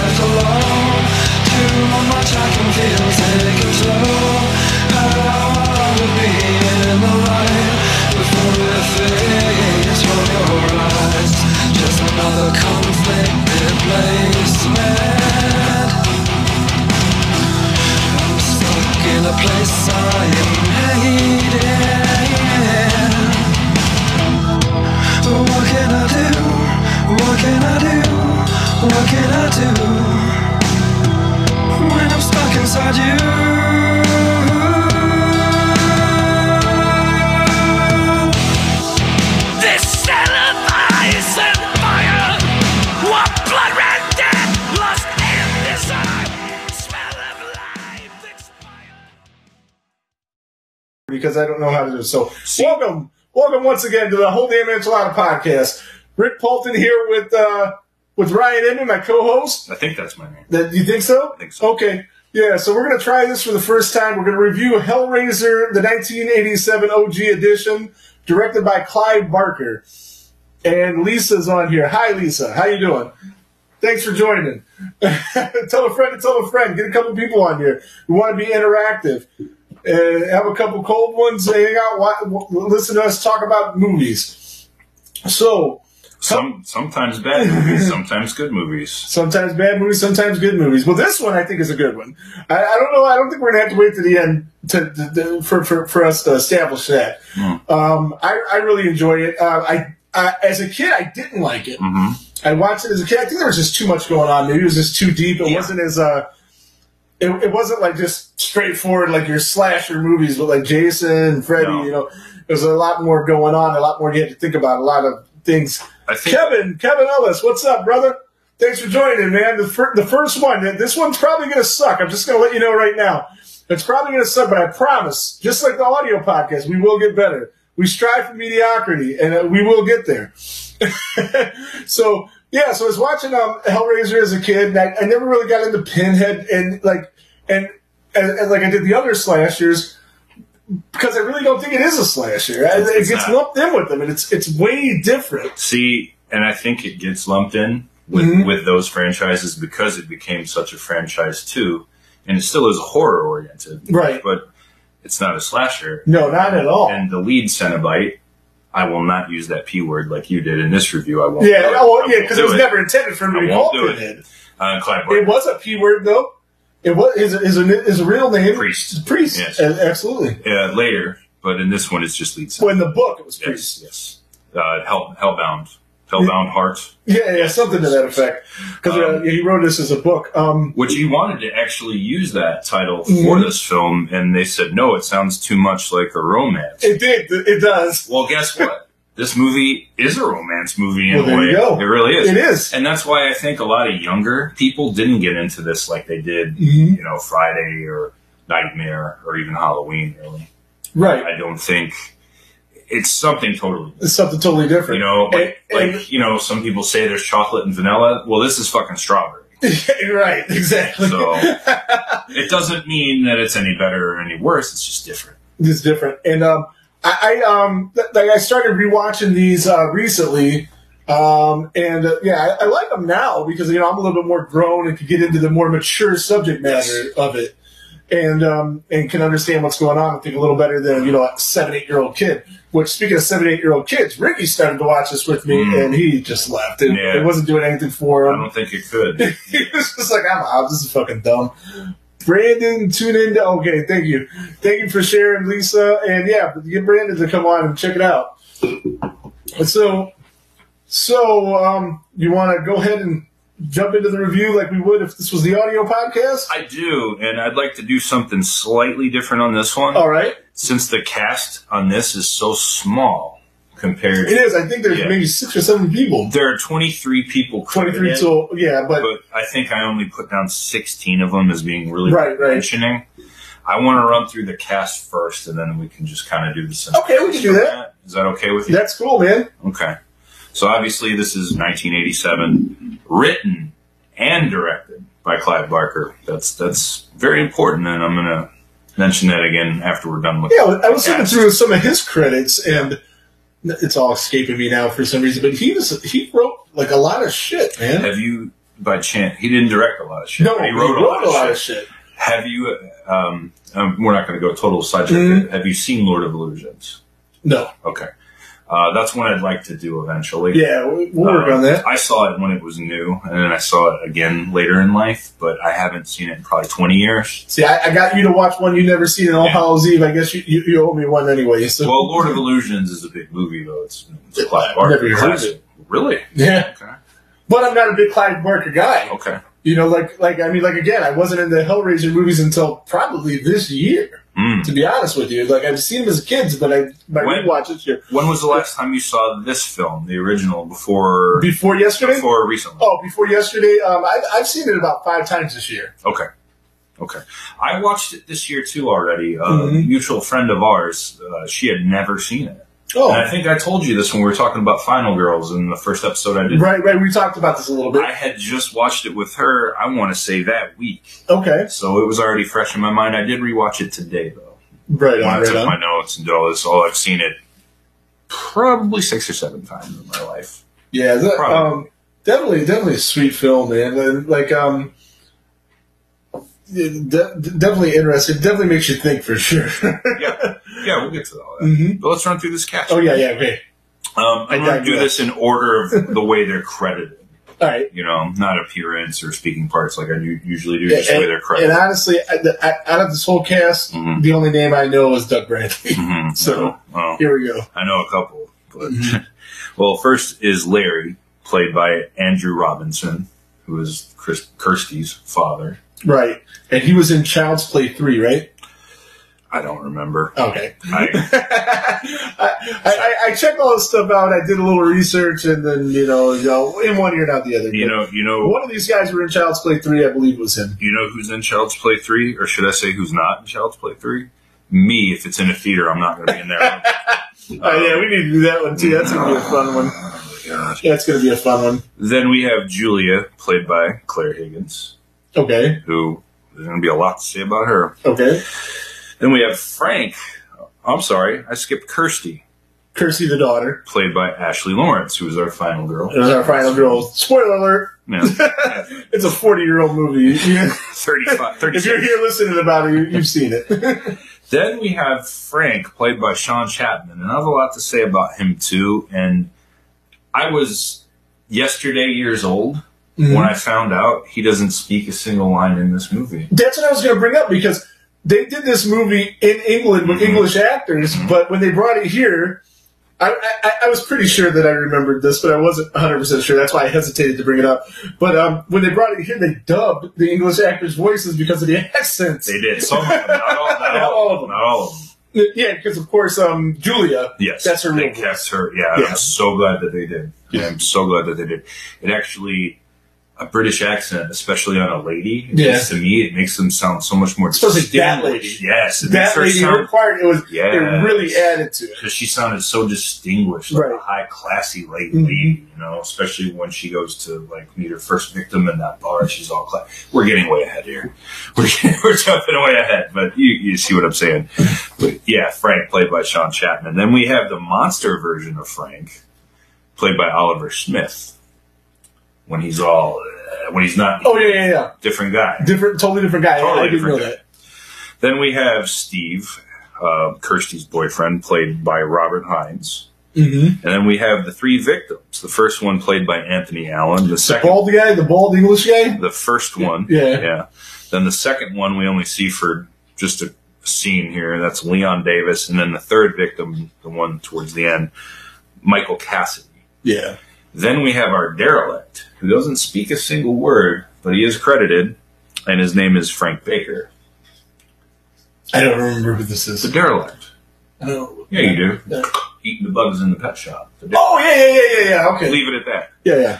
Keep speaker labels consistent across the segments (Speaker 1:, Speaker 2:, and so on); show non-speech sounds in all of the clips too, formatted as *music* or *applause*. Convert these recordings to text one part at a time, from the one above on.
Speaker 1: alone. Too much I can feel, take it slow. How I would be in the light before the face from your eyes. Just another conflicted placement. I'm stuck in a place I am hating. What can I do? What can I do? What can I do when I'm stuck inside you?
Speaker 2: This cell of ice and fire. What blood red death lost in this eye. Smell of life expired.
Speaker 3: because I don't know how to do it. So welcome, welcome once again to the whole damn enchilada podcast. Rick Paulton here with uh, with Ryan Inman, my co-host.
Speaker 4: I think that's my name.
Speaker 3: That you think so?
Speaker 4: think so.
Speaker 3: Okay. Yeah, so we're gonna try this for the first time. We're gonna review Hellraiser, the 1987 OG edition, directed by Clive Barker. And Lisa's on here. Hi, Lisa. How you doing? Thanks for joining. *laughs* tell a friend to tell a friend. Get a couple people on here. We want to be interactive. Uh, have a couple cold ones. Hang out. wa- w- Listen to us talk about movies. So
Speaker 4: Some sometimes
Speaker 3: *laughs*
Speaker 4: bad movies, sometimes good movies.
Speaker 3: Sometimes bad movies, sometimes good movies. Well, this one I think is a good one. I, I don't know. I don't think we're gonna have to wait to the end to, to, to- for, for for us to establish that.
Speaker 4: Hmm.
Speaker 3: Um, I I really enjoy it. Uh, I, I as a kid I didn't like it.
Speaker 4: Mm-hmm.
Speaker 3: I watched it as a kid. I think there was just too much going on. Maybe it was just too deep. It
Speaker 4: Yeah.
Speaker 3: wasn't as uh, it, it wasn't like just straightforward like your slasher movies, but like Jason and Freddy.
Speaker 4: No.
Speaker 3: You know, there's a lot more going on. A lot more you had to think about. A lot of things.
Speaker 4: I think-
Speaker 3: Kevin, Kevin Ellis, what's up, brother? Thanks for joining, man. The, fir- the first one, th- this one's probably going to suck. I'm just going to let you know right now. It's probably going to suck, but I promise, just like the audio podcast, we will get better. We strive for mediocrity, and uh, we will get there. *laughs* so yeah, so I was watching um, Hellraiser as a kid, and I, I never really got into Pinhead and like and, and, and like I did the other slashers because I really don't think it is a slasher. I- it
Speaker 4: It's
Speaker 3: gets
Speaker 4: not.
Speaker 3: lumped in with them, and it's it's way different.
Speaker 4: See, and I think it gets lumped in with
Speaker 3: Mm-hmm.
Speaker 4: with those franchises because it became such a franchise too, and it still is horror oriented,
Speaker 3: Right.
Speaker 4: But it's not a slasher.
Speaker 3: No, not at all.
Speaker 4: And the lead Cenobite, I will not use that p word like you did in this review. I won't. do
Speaker 3: yeah,
Speaker 4: it.
Speaker 3: oh
Speaker 4: I
Speaker 3: yeah,
Speaker 4: won't
Speaker 3: because
Speaker 4: do
Speaker 3: it was never intended for him to
Speaker 4: I
Speaker 3: be
Speaker 4: won't
Speaker 3: called
Speaker 4: do it.
Speaker 3: Pinhead.
Speaker 4: Uh, Clive
Speaker 3: It
Speaker 4: Barker.
Speaker 3: was a p word though. It was his his, his real name
Speaker 4: Priest.
Speaker 3: Priest,
Speaker 4: Yes.
Speaker 3: A- absolutely.
Speaker 4: Yeah, later, but in this one, it's just lead.
Speaker 3: Well, in the book, it was Priest.
Speaker 4: Yes, yes. Uh, Hell, Hellbound, Hellbound Heart,
Speaker 3: Yeah, yeah, something to that effect. Because uh,
Speaker 4: Um,
Speaker 3: he wrote this as a book. Um,
Speaker 4: which he wanted to actually use that title for
Speaker 3: Mhm.
Speaker 4: this film, and they said no, it sounds too much like a romance.
Speaker 3: It did. It does.
Speaker 4: well, guess what? This movie is a romance movie in
Speaker 3: Well,
Speaker 4: a
Speaker 3: there
Speaker 4: way.
Speaker 3: you go.
Speaker 4: It really is.
Speaker 3: It is.
Speaker 4: and that's why I think a lot of younger people didn't get into this like they did,
Speaker 3: Mhm.
Speaker 4: you know, Friday or Nightmare or even Halloween. Really,
Speaker 3: Right.
Speaker 4: I don't think it's something totally
Speaker 3: It's something totally different.
Speaker 4: You know, like,
Speaker 3: And-
Speaker 4: like you know, some people say there's chocolate and vanilla. Well, this is fucking strawberry.
Speaker 3: and- *laughs* right, exactly. *laughs*
Speaker 4: So it doesn't mean that it's any better or any worse. It's just different.
Speaker 3: It's different. And um, I, I um, th- like I started rewatching these uh, recently. Um, and uh, yeah, I, I like them now because you know I'm a little bit more grown and can get into the more mature subject matter of it, and um, and can understand what's going on. I think a little better than you know a seven eight year old kid. Which speaking of seven eight year old kids, Ricky started to watch this with me,
Speaker 4: Mm.
Speaker 3: and he just left. It,
Speaker 4: Yeah.
Speaker 3: it wasn't doing anything for
Speaker 4: I
Speaker 3: him
Speaker 4: don't think it
Speaker 3: *laughs*
Speaker 4: could.
Speaker 3: he was just like, I'm out. This is fucking dumb. Brandon, tune in. To, okay, thank you. Thank you for sharing, Lisa. And yeah, get Brandon to come on and check it out. So, so um, you want to go ahead and jump into the review like we would if this was the audio podcast?
Speaker 4: I do, and I'd like to do something slightly different on this one.
Speaker 3: All right.
Speaker 4: Since the cast on this is so small compared,
Speaker 3: It is. I think there's
Speaker 4: Yeah.
Speaker 3: maybe six or seven people.
Speaker 4: there are 23 people.
Speaker 3: 23
Speaker 4: credited,
Speaker 3: so yeah, but
Speaker 4: but I think I only put down 16 of them as being really
Speaker 3: Right, right.
Speaker 4: mentioning. I want to run through the cast first, and then we can just kind of do the synopsis.
Speaker 3: okay, we can do that.
Speaker 4: Is that okay with you?
Speaker 3: That's cool, man.
Speaker 4: Okay. So obviously, this is 1987, written and directed by Clive Barker. That's that's very important, and I'm gonna mention that again after we're done with.
Speaker 3: Yeah, I was looking
Speaker 4: cast.
Speaker 3: through some of his credits, and it's all escaping me now for some reason. But he was he wrote like a lot of shit, man.
Speaker 4: Have you by chance. He didn't direct a lot of shit.
Speaker 3: No,
Speaker 4: but
Speaker 3: he wrote, a lot of shit.
Speaker 4: Have you? Um, um, we're not going to go total sidetrack.
Speaker 3: Mhm.
Speaker 4: Have you seen Lord of Illusions?
Speaker 3: No.
Speaker 4: Okay, uh, that's one I'd like to do eventually.
Speaker 3: Yeah, we- we'll work
Speaker 4: Um,
Speaker 3: on that.
Speaker 4: I saw it when it was new, and then I saw it again later in life, but I haven't seen it in probably 20 years.
Speaker 3: See, I, I got you to watch one you never seen in All
Speaker 4: Yeah.
Speaker 3: Hallows Eve. I guess you, you, you owe me one anyway. So.
Speaker 4: Well, Lord of Illusions is a big movie, though.
Speaker 3: *laughs*
Speaker 4: It's, it's a
Speaker 3: I've
Speaker 4: Clive Barker
Speaker 3: never heard of
Speaker 4: classic. Really?
Speaker 3: yeah,
Speaker 4: Okay.
Speaker 3: but I'm not a big Clive Barker guy.
Speaker 4: Okay.
Speaker 3: You know, like, like I mean, like again, I wasn't into Hellraiser movies until probably this year.
Speaker 4: Mm.
Speaker 3: To be honest with you, like I've seen them as kids, but I my
Speaker 4: When-
Speaker 3: rewatch this year
Speaker 4: When was the last time you saw this film, the original, before
Speaker 3: before yesterday.
Speaker 4: before recently?
Speaker 3: Oh, before yesterday, um, I've, I've seen it about five times this year.
Speaker 4: Okay. Okay. I watched it this year, too, already. A
Speaker 3: Mhm.
Speaker 4: mutual friend of ours, uh, she had never seen it.
Speaker 3: Oh,
Speaker 4: And I think I told you this when we were talking about Final Girls in the first episode I did
Speaker 3: right, right. We talked about this a little bit.
Speaker 4: I had just watched it with her, I want to say that week.
Speaker 3: okay,
Speaker 4: So it was already fresh in my mind. I did rewatch it today, though.
Speaker 3: right
Speaker 4: When I
Speaker 3: on, right
Speaker 4: took
Speaker 3: on.
Speaker 4: my notes and did all this, all I've seen it probably six or seven times in my life.
Speaker 3: Yeah, that,
Speaker 4: Probably.
Speaker 3: um, definitely, definitely a sweet film, man. And, Like, um, yeah, de- de- definitely interesting. Definitely makes you think for sure. *laughs*
Speaker 4: Yeah. Yeah, we'll get to all that.
Speaker 3: Mhm.
Speaker 4: But let's run through this cast.
Speaker 3: Oh yeah, yeah. Okay.
Speaker 4: Um, I'm
Speaker 3: I
Speaker 4: going to do
Speaker 3: digress.
Speaker 4: this in order of the way they're credited.
Speaker 3: All right.
Speaker 4: You know, not appearance or speaking parts like I u- usually do, just the way
Speaker 3: And,
Speaker 4: they're
Speaker 3: and
Speaker 4: credited.
Speaker 3: honestly, I, the, I, out of this whole cast,
Speaker 4: Mhm.
Speaker 3: the only name I know is Doug Bradley. *laughs*
Speaker 4: Mhm.
Speaker 3: So-
Speaker 4: Well,
Speaker 3: Here we go.
Speaker 4: I know a couple. But *laughs* well, first is Larry, played by Andrew Robinson, who is Chris, Kirsty's father.
Speaker 3: Right. And he was in Child's Play three, right?
Speaker 4: I don't remember.
Speaker 3: Okay.
Speaker 4: I,
Speaker 3: *laughs* I, I, I checked all this stuff out. I did a little research, and then you know, you know in one ear, not the other.
Speaker 4: you
Speaker 3: But
Speaker 4: know, you know,
Speaker 3: one of these guys were in Child's Play three, I believe, it was him.
Speaker 4: you know who's in Child's Play three, or should I say who's not in Child's Play three? Me, if it's in a theater, I'm not going to be in there.
Speaker 3: Oh yeah, we need to do that one too. That's gonna be a fun one.
Speaker 4: Oh my god.
Speaker 3: Yeah, it's gonna be a fun one.
Speaker 4: Then we have Julia, played by Claire Higgins,
Speaker 3: Okay,
Speaker 4: who there's going to be a lot to say about her.
Speaker 3: okay.
Speaker 4: Then we have Frank. I'm sorry, I skipped Kirsty.
Speaker 3: Kirsty the daughter.
Speaker 4: played by Ashley Lawrence, who was our final girl.
Speaker 3: It was our final girl. Spoiler alert:
Speaker 4: Yeah.
Speaker 3: it's a forty-year-old movie. *laughs* You- *laughs*
Speaker 4: 35,
Speaker 3: if you're
Speaker 4: 36.
Speaker 3: here listening about it, you- you've seen it. *laughs*
Speaker 4: Then we have Frank, played by Sean Chapman, and I have a lot to say about him too. And I was yesterday years old
Speaker 3: Mm-hmm.
Speaker 4: when I found out he doesn't speak a single line in this movie.
Speaker 3: That's what I was gonna bring up because they did this movie in England with
Speaker 4: Mhm.
Speaker 3: English actors, but when they brought it here. I, I, I was pretty sure that I remembered this, but I wasn't 100% sure. That's why I hesitated to bring it up. But um, when they brought it here, they dubbed the English actors' voices because of the *laughs* accents.
Speaker 4: They did some of them, not all, not
Speaker 3: Not all
Speaker 4: all
Speaker 3: of
Speaker 4: of
Speaker 3: them.
Speaker 4: them, not all of them.
Speaker 3: Yeah, because of course, um, Julia.
Speaker 4: Yes,
Speaker 3: that's her
Speaker 4: They
Speaker 3: real voice.
Speaker 4: kept her. Yeah,
Speaker 3: Yeah.
Speaker 4: I'm so glad that they did.
Speaker 3: Yeah.
Speaker 4: I'm so glad that they did. It actually a British accent, especially on a lady.
Speaker 3: Yeah.
Speaker 4: Yeah. To me, it makes them sound so much more.
Speaker 3: Especially that
Speaker 4: distinguished.
Speaker 3: lady.
Speaker 4: Yes, it
Speaker 3: That
Speaker 4: makes her
Speaker 3: lady, her
Speaker 4: sound
Speaker 3: part, it was it
Speaker 4: Yes.
Speaker 3: really added to it.
Speaker 4: because she sounded so distinguished, like
Speaker 3: Right.
Speaker 4: a high classy lady.
Speaker 3: Mhm.
Speaker 4: You know, especially when she goes to like meet her first victim in that bar. She's all class. We're getting way ahead here. *laughs* We're getting, we're jumping way ahead, but you you see what I'm saying. But yeah, Frank played by Sean Chapman. Then we have the monster version of Frank, played by Oliver Smith. When he's all uh, when he's not
Speaker 3: Oh yeah, yeah, yeah.
Speaker 4: different guy.
Speaker 3: Different, totally different guy.
Speaker 4: Totally
Speaker 3: I didn't
Speaker 4: different
Speaker 3: know
Speaker 4: guy.
Speaker 3: that.
Speaker 4: Then we have Steve, uh, Kirsty's boyfriend, played by Robert Hines.
Speaker 3: Mm-hmm.
Speaker 4: And then we have the three victims. The first one played by Anthony Allen. The
Speaker 3: The
Speaker 4: second,
Speaker 3: bald guy, the bald English guy.
Speaker 4: the first one,
Speaker 3: Yeah.
Speaker 4: yeah. Then the second one we only see for just a scene here. That's Leon Davis, and then the third victim, the one towards the end, Michael Cassidy.
Speaker 3: Yeah.
Speaker 4: Then we have our derelict, who doesn't speak a single word, but he is credited, and his name is Frank Baker.
Speaker 3: I don't remember who this is.
Speaker 4: The derelict.
Speaker 3: I don't-
Speaker 4: Yeah, you do.
Speaker 3: Yeah.
Speaker 4: Eating the bugs in the pet shop. The derelict.
Speaker 3: Oh yeah, yeah, yeah, yeah, yeah. Okay.
Speaker 4: Leave it at that.
Speaker 3: Yeah, yeah.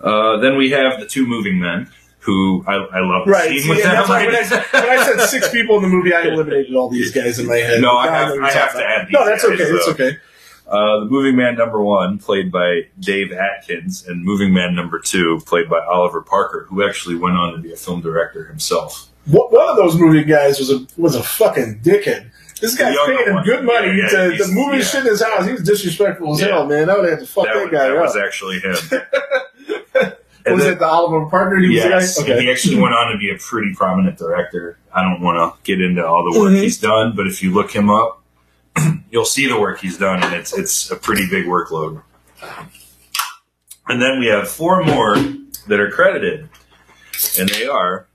Speaker 4: Uh, then we have the two moving men, who I, I love the
Speaker 3: Right.
Speaker 4: scene
Speaker 3: See,
Speaker 4: with
Speaker 3: and
Speaker 4: them.
Speaker 3: that's
Speaker 4: *laughs*
Speaker 3: why when, I, when I said six people in the movie, I eliminated all these guys in my head.
Speaker 4: No, I
Speaker 3: Now
Speaker 4: have-
Speaker 3: know what you're
Speaker 4: I have
Speaker 3: talking
Speaker 4: to
Speaker 3: about.
Speaker 4: add these
Speaker 3: No, that's
Speaker 4: guys,
Speaker 3: okay. That's
Speaker 4: though.
Speaker 3: okay.
Speaker 4: Uh, the moving man number one, played by Dave Atkins, and moving man number two, played by Oliver Parker, who actually went on to be a film director himself.
Speaker 3: Wh- One of those movie guys was a was a fucking dickhead. This guy's
Speaker 4: younger
Speaker 3: paying him
Speaker 4: one.
Speaker 3: good money
Speaker 4: Yeah, yeah,
Speaker 3: to, to
Speaker 4: he's-
Speaker 3: move his
Speaker 4: yeah.
Speaker 3: shit in his house. He was disrespectful as
Speaker 4: Yeah.
Speaker 3: Oh, hell, man. I would have to fuck that, *laughs*
Speaker 4: That, was,
Speaker 3: guy
Speaker 4: that
Speaker 3: up.
Speaker 4: was actually him. And
Speaker 3: was
Speaker 4: then-
Speaker 3: it the Oliver partner? He was the guy?
Speaker 4: Yes, and he actually went on to be a pretty prominent director. I don't want to get into all the work he's done, but if you look him up, *clears throat* you'll see the work he's done, and it's it's a pretty big workload. And then we have four more that are credited, and they are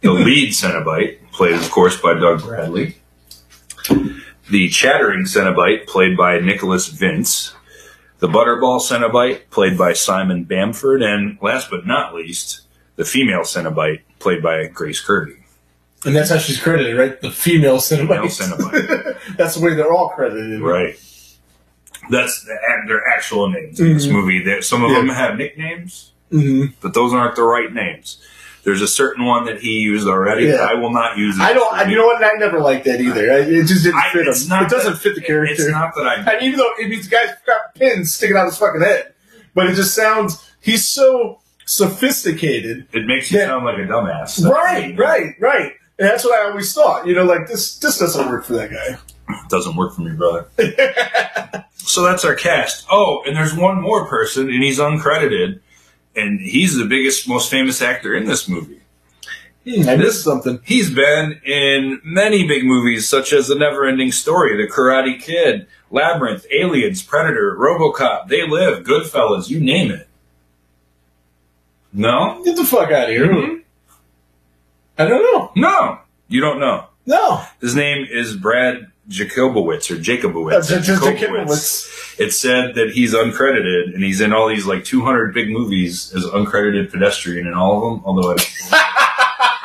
Speaker 4: the lead Cenobite, played of course by Doug Bradley, the chattering Cenobite, played by Nicholas Vince. The Butterball Cenobite, played by Simon Bamford, and last but not least, the female Cenobite, played by Grace Kirby.
Speaker 3: And that's how she's credited, right? The female
Speaker 4: Female
Speaker 3: Cinemite. *laughs*
Speaker 4: Cenobite,
Speaker 3: that's the way they're all credited.
Speaker 4: right? That's the, their actual names in this movie. There, some of
Speaker 3: Mm-hmm. Yeah.
Speaker 4: them have nicknames,
Speaker 3: Mhm.
Speaker 4: but those aren't the right names. There's a certain one that he used already. that
Speaker 3: Yeah.
Speaker 4: I will not use. in
Speaker 3: I
Speaker 4: this
Speaker 3: don't. I,
Speaker 4: movie.
Speaker 3: you know what? I never liked that either. I, it just didn't
Speaker 4: I-
Speaker 3: fit
Speaker 4: it's
Speaker 3: him.
Speaker 4: not
Speaker 3: it doesn't
Speaker 4: that-
Speaker 3: fit the character.
Speaker 4: It's not that I.
Speaker 3: *laughs* And even though it means the guy's got pins sticking out his fucking head, but it just sounds he's so sophisticated.
Speaker 4: It makes you
Speaker 3: Yeah.
Speaker 4: sound like a dumbass.
Speaker 3: Right, right, right. And that's what I always thought. You know, like this this doesn't work for that guy.
Speaker 4: doesn't work for me,
Speaker 3: *laughs*
Speaker 4: brother. so that's our cast. Oh, and there's one more person, and he's uncredited, and he's the biggest, most famous actor in this movie.
Speaker 3: Hmm, I missed something.
Speaker 4: He's been in many big movies, such as The Neverending Story, The Karate Kid, Labyrinth, Aliens, Predator, RoboCop, They Live, Goodfellas, you name it. No,
Speaker 3: Get the fuck out of here.
Speaker 4: Mm-hmm.
Speaker 3: I don't know.
Speaker 4: no, you don't know.
Speaker 3: No.
Speaker 4: His name is Brad Jacobowitz or Jacobowitz.
Speaker 3: That's just
Speaker 4: Jacobowitz.
Speaker 3: a kid with-
Speaker 4: It said that he's uncredited and he's in all these like 200 big movies as uncredited pedestrian in all of them. Although I,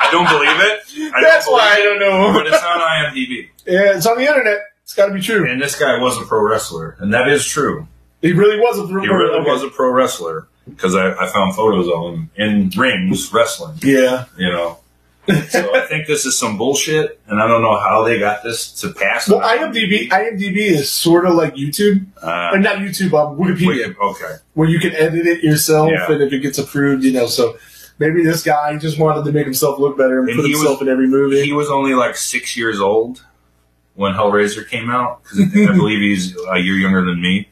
Speaker 3: *laughs*
Speaker 4: I don't believe it. I don't
Speaker 3: That's why I
Speaker 4: believe it,
Speaker 3: don't know.
Speaker 4: But it's on IMDb.
Speaker 3: yeah, it's on the internet. It's got to be true.
Speaker 4: And this guy was a pro wrestler, and that is true.
Speaker 3: He really was a
Speaker 4: He really was a pro wrestler because I, I found photos of him in rings wrestling.
Speaker 3: Yeah.
Speaker 4: You know. so I think this is some bullshit, and I don't know how they got this to pass.
Speaker 3: Well,
Speaker 4: on
Speaker 3: IMDb, IMDb is sort of like YouTube,
Speaker 4: Uh,
Speaker 3: or not YouTube, um, Wikipedia,
Speaker 4: Wait, okay.
Speaker 3: where you can edit it yourself,
Speaker 4: Yeah.
Speaker 3: and if it gets approved, you know. So maybe this guy just wanted to make himself look better and,
Speaker 4: And
Speaker 3: put
Speaker 4: he was-
Speaker 3: himself in every movie.
Speaker 4: He was only like six years old when Hellraiser came out because I, think- I believe he's a year younger than me.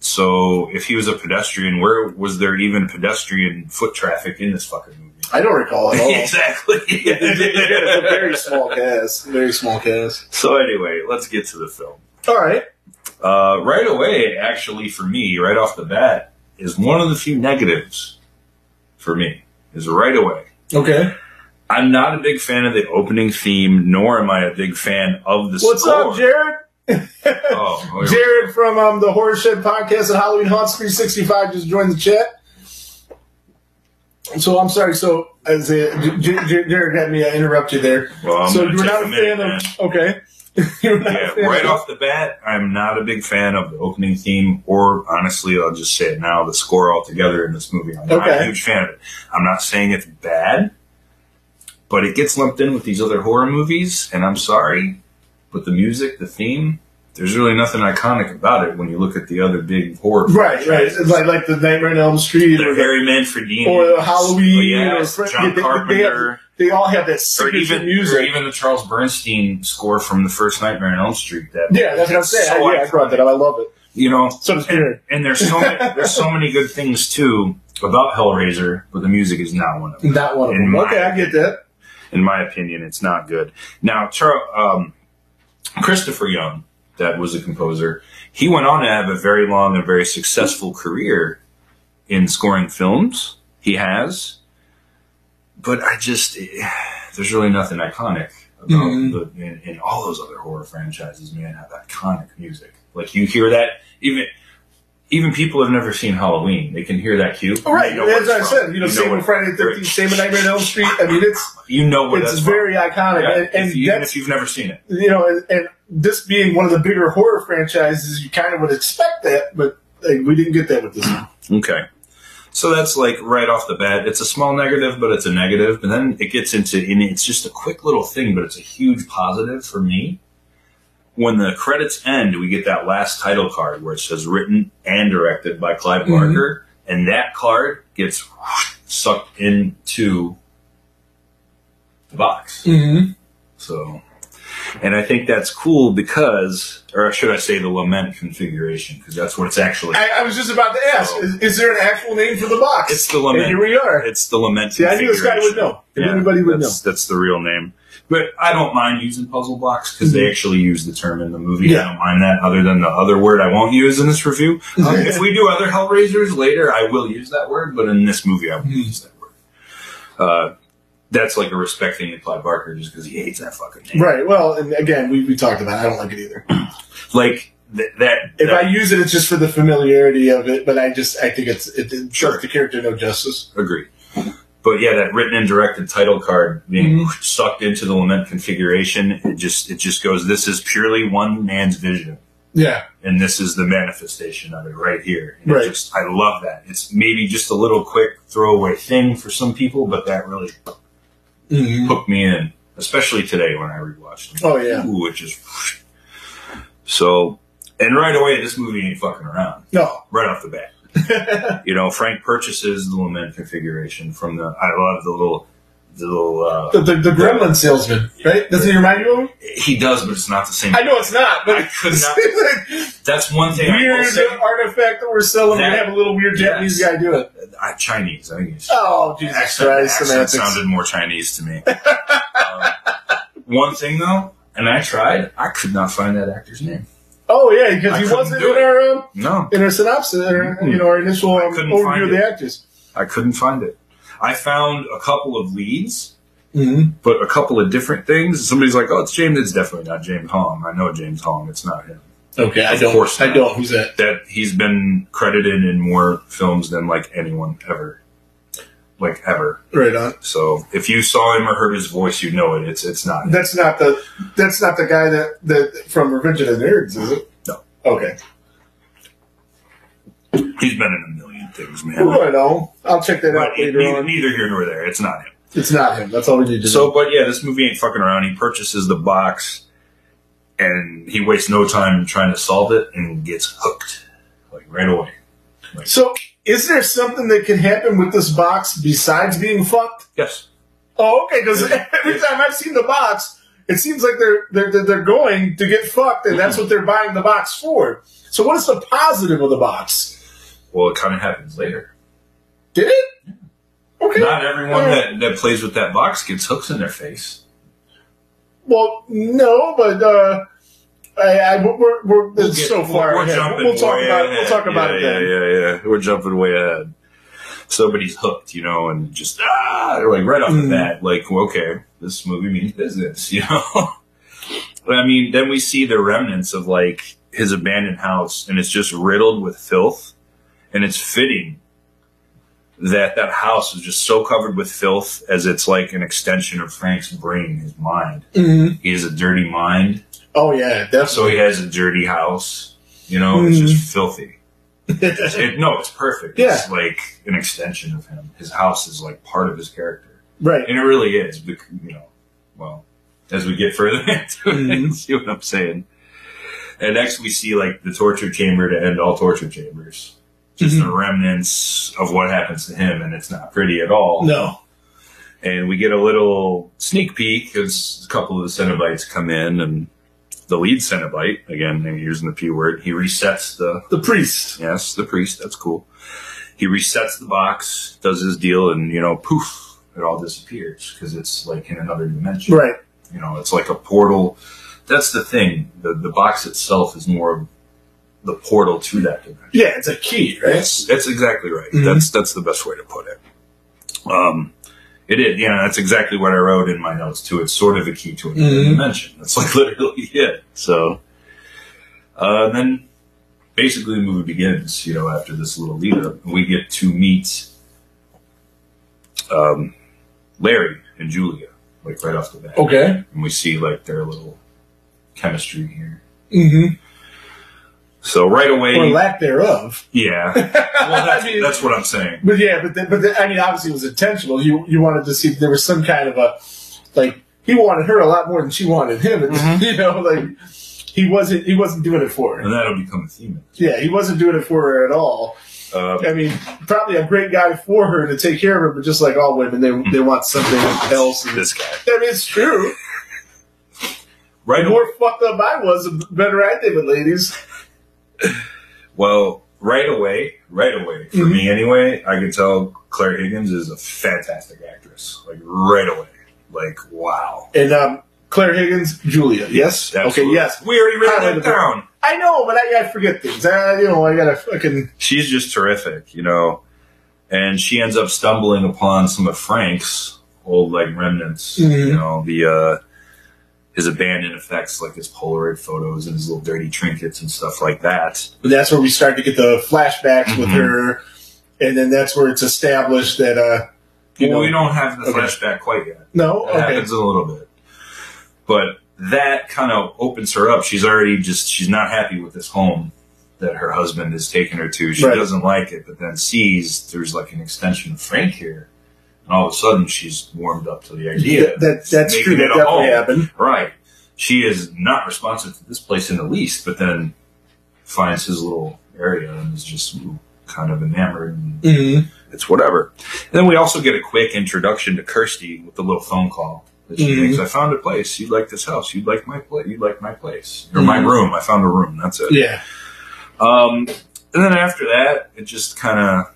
Speaker 4: So if he was a pedestrian, where was there even pedestrian foot traffic in this fucking movie?
Speaker 3: I don't recall
Speaker 4: *laughs*
Speaker 3: at all.
Speaker 4: exactly.
Speaker 3: *laughs* it's a very small cast. Very small cast.
Speaker 4: *laughs* so anyway, let's get to the film.
Speaker 3: All right.
Speaker 4: Uh, right away, actually, for me, right off the bat, is one of the few negatives for me. Is right away.
Speaker 3: Okay.
Speaker 4: I'm not a big fan of the opening theme, nor am I a big fan of the
Speaker 3: What's
Speaker 4: score.
Speaker 3: up, Jared?
Speaker 4: Oh, okay.
Speaker 3: Jared from um, the Horror Shed podcast at Halloween Haunts 365 just joined the chat. So I'm sorry. So as a, J- J- J- Jared had me uh, interrupt you there.
Speaker 4: Well, I'm
Speaker 3: so
Speaker 4: gonna
Speaker 3: you're
Speaker 4: take
Speaker 3: not a,
Speaker 4: a minute,
Speaker 3: fan of okay. *laughs* You're not
Speaker 4: yeah,
Speaker 3: a fan
Speaker 4: right
Speaker 3: of-
Speaker 4: off the bat, I'm not a big fan of the opening theme, or honestly, I'll just say it now, the score altogether in this movie. I'm not a
Speaker 3: Okay.
Speaker 4: huge fan of it. I'm not saying it's bad, but it gets lumped in with these other horror movies, and I'm sorry, but the music, the theme, there's really nothing iconic about it when you look at the other big horror
Speaker 3: Right, right.
Speaker 4: franchises.
Speaker 3: It's like like the Nightmare on Elm Street
Speaker 4: the
Speaker 3: or, the,
Speaker 4: Harry Manfredini,
Speaker 3: or Halloween
Speaker 4: yes,
Speaker 3: or
Speaker 4: Oh, John
Speaker 3: yeah, they- They, have-
Speaker 4: Carpenter.
Speaker 3: they all have that
Speaker 4: or
Speaker 3: signature
Speaker 4: even, or
Speaker 3: music.
Speaker 4: even the Charles Bernstein score from the first Nightmare on Elm Street. That
Speaker 3: yeah, that's what I'm saying.
Speaker 4: So
Speaker 3: yeah, I brought that up. I love it.
Speaker 4: you know,
Speaker 3: So does
Speaker 4: and,
Speaker 3: Peter.
Speaker 4: and there's so many, there's so many good things too about Hellraiser, but the music is not one of them.
Speaker 3: That one of
Speaker 4: In
Speaker 3: them.
Speaker 4: my-
Speaker 3: Okay, I get that.
Speaker 4: In my opinion, it's not good. Now, Char- um, Christopher Young, that was a composer, he went on to have a very long and very successful career in scoring films. He has, but I just eh, there's really nothing iconic about
Speaker 3: Mhm.
Speaker 4: the, in, in all those other horror franchises. Man, have iconic music. Like you hear that even. Even people have never seen Halloween. They can hear that cue.
Speaker 3: All right,
Speaker 4: You know
Speaker 3: as
Speaker 4: where
Speaker 3: I
Speaker 4: it's
Speaker 3: said,
Speaker 4: from.
Speaker 3: you know, same
Speaker 4: where-
Speaker 3: with Friday the 13th, same with Nightmare on Elm Street. I mean, it's
Speaker 4: You know where
Speaker 3: it's
Speaker 4: that's from.
Speaker 3: very iconic,
Speaker 4: Yeah,
Speaker 3: and, and
Speaker 4: if, even
Speaker 3: that's
Speaker 4: if you've never seen it.
Speaker 3: you know, and, and this being one of the bigger horror franchises, you kind of would expect that, but like, we didn't get that with this one.
Speaker 4: Okay. So that's like right off the bat. It's a small negative, but it's a negative. And then it gets into, and it's just a quick little thing, but it's a huge positive for me. When the credits end, we get that last title card where it says written and directed by Clive Barker. And that card gets sucked into the box.
Speaker 3: Mm-hmm.
Speaker 4: So And I think that's cool because, or should I say the lament configuration, because that's what it's actually.
Speaker 3: I, I was just about to ask: is, is there an actual name for the box?
Speaker 4: Oh. It's the lament.
Speaker 3: And here we are.
Speaker 4: *laughs* It's the lament.
Speaker 3: See, I knew this guy would
Speaker 4: configuration.
Speaker 3: know. If anybody would
Speaker 4: that's, That's the real name. But I don't mind using puzzle blocks because they actually use the term in the movie.
Speaker 3: Mhm. Yeah.
Speaker 4: I don't mind that, other than the other word I won't use in
Speaker 3: *laughs*
Speaker 4: this review. Um, if we do other Hellraisers later, I will use that word, but in this movie, I
Speaker 3: Hmm.
Speaker 4: won't use that word. Uh, that's like a respect thing to Clyde Barker just because he hates that fucking name.
Speaker 3: right. Well, and again, we, we talked about. It. I don't like it either.
Speaker 4: Like th- that.
Speaker 3: If
Speaker 4: that
Speaker 3: I use it, it's just for the familiarity of it. But I just I think it's it, it
Speaker 4: Sure.
Speaker 3: does the character no justice.
Speaker 4: Agree. But yeah, that written and directed title card being
Speaker 3: Mm-hmm.
Speaker 4: sucked into the lament configuration, it just it just goes. This is purely one man's vision,
Speaker 3: Yeah.
Speaker 4: and this is the manifestation of it right here. And it
Speaker 3: Right.
Speaker 4: just- I love that. It's maybe just a little quick throwaway thing for some people, but that really
Speaker 3: Mm-hmm.
Speaker 4: hooked me in, especially today when I rewatched it.
Speaker 3: Oh, yeah.
Speaker 4: Ooh, it just so. And right away, this movie ain't fucking around
Speaker 3: No.
Speaker 4: right off the bat.
Speaker 3: *laughs*
Speaker 4: you know, Frank purchases the lament configuration from the. I love the little, the little. Uh,
Speaker 3: The, the, the gremlin salesman, right? Doesn't he remind you of him?
Speaker 4: he does, but it's not the same.
Speaker 3: I know it's not, but
Speaker 4: I could not-
Speaker 3: *laughs* it's
Speaker 4: That's one thing. I will
Speaker 3: weird
Speaker 4: say.
Speaker 3: artifact that we're selling.
Speaker 4: That-
Speaker 3: we have a little weird
Speaker 4: Yes.
Speaker 3: Japanese guy do it.
Speaker 4: I, Chinese, I guess.
Speaker 3: Oh, Jesus
Speaker 4: accent,
Speaker 3: Christ!
Speaker 4: accent
Speaker 3: semantics.
Speaker 4: sounded more Chinese
Speaker 3: *laughs*
Speaker 4: to me. Um, one thing though, and I tried, I could not find that actor's name.
Speaker 3: Oh yeah, because
Speaker 4: I
Speaker 3: he
Speaker 4: couldn't
Speaker 3: wasn't
Speaker 4: do
Speaker 3: in
Speaker 4: it.
Speaker 3: our um,
Speaker 4: No,
Speaker 3: in our synopsis, in our, you know, our initial
Speaker 4: I
Speaker 3: um,
Speaker 4: couldn't
Speaker 3: overview
Speaker 4: find
Speaker 3: of
Speaker 4: it.
Speaker 3: the actors.
Speaker 4: I couldn't find it. I found a couple of leads,
Speaker 3: Mm-hmm.
Speaker 4: but a couple of different things. Somebody's like, "Oh, it's James." It's definitely not James Hong. I know James Hong. It's not him.
Speaker 3: Okay, I
Speaker 4: Of course not.
Speaker 3: Who's that?
Speaker 4: that he's been credited in more films than like anyone ever, like ever.
Speaker 3: Right on.
Speaker 4: So if you saw him or heard his voice, you know it. It's it's not. him.
Speaker 3: That's not the that's not the guy that that from Revenge of the Nerds, is it?
Speaker 4: No.
Speaker 3: Okay.
Speaker 4: He's been in a million things, man.
Speaker 3: Right on. I'll check that
Speaker 4: But
Speaker 3: out
Speaker 4: it,
Speaker 3: later
Speaker 4: neither,
Speaker 3: on.
Speaker 4: neither here nor there. It's not him.
Speaker 3: It's not him. That's all we need to
Speaker 4: So, but yeah, this movie ain't fucking around. He purchases the box, and he wastes no time trying to solve it, and gets hooked like right away.
Speaker 3: know. So is there something that can happen with this box besides being fucked?
Speaker 4: Yes.
Speaker 3: Oh, okay. Because *laughs* every time I've seen the box, it seems like they're they're they're- they're going to get fucked, and that's what they're buying the box for. So, what is the positive of the box?
Speaker 4: Well, it kind of happens later.
Speaker 3: Did it? Okay.
Speaker 4: Not everyone
Speaker 3: Well,
Speaker 4: that, that plays with that box gets hooks in their face.
Speaker 3: Well, no, but uh, I, I we're, we're it's so far
Speaker 4: We're
Speaker 3: ahead.
Speaker 4: jumping
Speaker 3: We'll talk
Speaker 4: way
Speaker 3: about it.
Speaker 4: ahead.
Speaker 3: We'll talk about
Speaker 4: yeah,
Speaker 3: it then.
Speaker 4: Yeah, yeah, yeah. We're jumping way ahead. Somebody's hooked, you know, and just ah, like right off the
Speaker 3: Mm.
Speaker 4: bat, like well, okay, this movie means business, *laughs* you know. but I mean, then we see the remnants of like his abandoned house, and it's just riddled with filth, and it's fitting that that house is just so covered with filth as it's like an extension of Frank's brain, his mind.
Speaker 3: Mhm.
Speaker 4: He has a dirty mind.
Speaker 3: Oh yeah, definitely.
Speaker 4: So he has a dirty house. You know, it's just filthy. It's- it- no, it's perfect. It's like an extension of him. His house is like part of his character.
Speaker 3: right.
Speaker 4: And it really is, bec- you know, well, as we get further *laughs* into it, you see what I'm saying. And next we see like the torture chamber to end all torture chambers. Just the remnants of what happens to him, and it's not pretty at all
Speaker 3: No.
Speaker 4: and we get a little sneak peek as a couple of the Cenobites come in, and the lead Cenobite, again, I'm using the P word, he resets the,
Speaker 3: The priest.
Speaker 4: yes, the priest, that's cool. He resets the box, does his deal, and, you know, poof, it all disappears because it's like in another dimension.
Speaker 3: Right.
Speaker 4: You know, it's like a portal. That's the thing. The, the box itself is more of the portal to that dimension.
Speaker 3: Yeah, it's a key, right?
Speaker 4: That's that's exactly right.
Speaker 3: Mm-hmm.
Speaker 4: That's that's the best way to put it. Um, it is. Yeah, that's exactly what I wrote in my notes too. It's sort of a key to another
Speaker 3: Mm-hmm.
Speaker 4: dimension. That's like *laughs* literally it. So, uh, then basically the movie begins. You know, after this little lead up, we get to meet um, Larry and Julia, like right off the bat,
Speaker 3: Okay.
Speaker 4: and we see like their little chemistry here.
Speaker 3: Mm-hmm.
Speaker 4: So right away,
Speaker 3: Or lack thereof. *laughs*
Speaker 4: yeah. Well, that's,
Speaker 3: I mean-
Speaker 4: that's what I'm saying.
Speaker 3: But yeah, but the, but the, I mean, obviously it was intentional. You you wanted to see if there was some kind of a like he wanted her a lot more than she wanted him, and *laughs*
Speaker 4: Mm-hmm.
Speaker 3: you know, like he wasn't he wasn't doing it for her.
Speaker 4: And that'll become a theme.
Speaker 3: Yeah, he wasn't doing it for her at all.
Speaker 4: Uh,
Speaker 3: I mean, probably a great guy for her to take care of her, but just like
Speaker 4: *laughs*
Speaker 3: all women, they they want something else. And,
Speaker 4: this guy.
Speaker 3: I mean, it's true.
Speaker 4: Right
Speaker 3: The
Speaker 4: away.
Speaker 3: more fucked up I was, the better I did with ladies.
Speaker 4: Well, right away, right away, for
Speaker 3: Mm-hmm.
Speaker 4: me anyway, I could tell Claire Higgins is a fantastic actress. Like, right away. Like, wow.
Speaker 3: And um, Claire Higgins, Julia. Yes.
Speaker 4: Absolutely.
Speaker 3: Okay. Yes.
Speaker 4: We already
Speaker 3: Highlight
Speaker 4: wrote that
Speaker 3: the-
Speaker 4: down.
Speaker 3: I know, but I, I forget things. I, you know, I gotta fucking.
Speaker 4: she's just terrific, you know. And she ends up stumbling upon some of Frank's old like remnants,
Speaker 3: Mhm.
Speaker 4: you know, the uh his abandoned effects like his Polaroid photos and his little dirty trinkets and stuff like that.
Speaker 3: But that's where we start to get the flashbacks with
Speaker 4: Mhm.
Speaker 3: her, and then that's where it's established that. uh You
Speaker 4: Well,
Speaker 3: know-
Speaker 4: we don't have the
Speaker 3: okay.
Speaker 4: flashback quite yet.
Speaker 3: No.
Speaker 4: It
Speaker 3: Okay.
Speaker 4: happens a little bit. But that kind of opens her up. She's already just she's not happy with this home that her husband has taken her to. She
Speaker 3: Right.
Speaker 4: doesn't like it, but then sees there's like an extension of Frank here. And all of a sudden she's warmed up to the idea.
Speaker 3: That, that, that's
Speaker 4: Making
Speaker 3: true.
Speaker 4: it
Speaker 3: That
Speaker 4: a
Speaker 3: definitely
Speaker 4: home.
Speaker 3: happened.
Speaker 4: Right. She is not responsive to this place in the least, but then finds his little area and is just kind of enamored and
Speaker 3: Mm-hmm.
Speaker 4: it's whatever. And then we also get a quick introduction to Kirsty with a little phone call that she
Speaker 3: Mhm.
Speaker 4: makes. I found a place. You like this house. You like my place. You like my place or my
Speaker 3: Mhm.
Speaker 4: room. I found a room. That's it.
Speaker 3: Yeah.
Speaker 4: Um, and then after that, it just kind of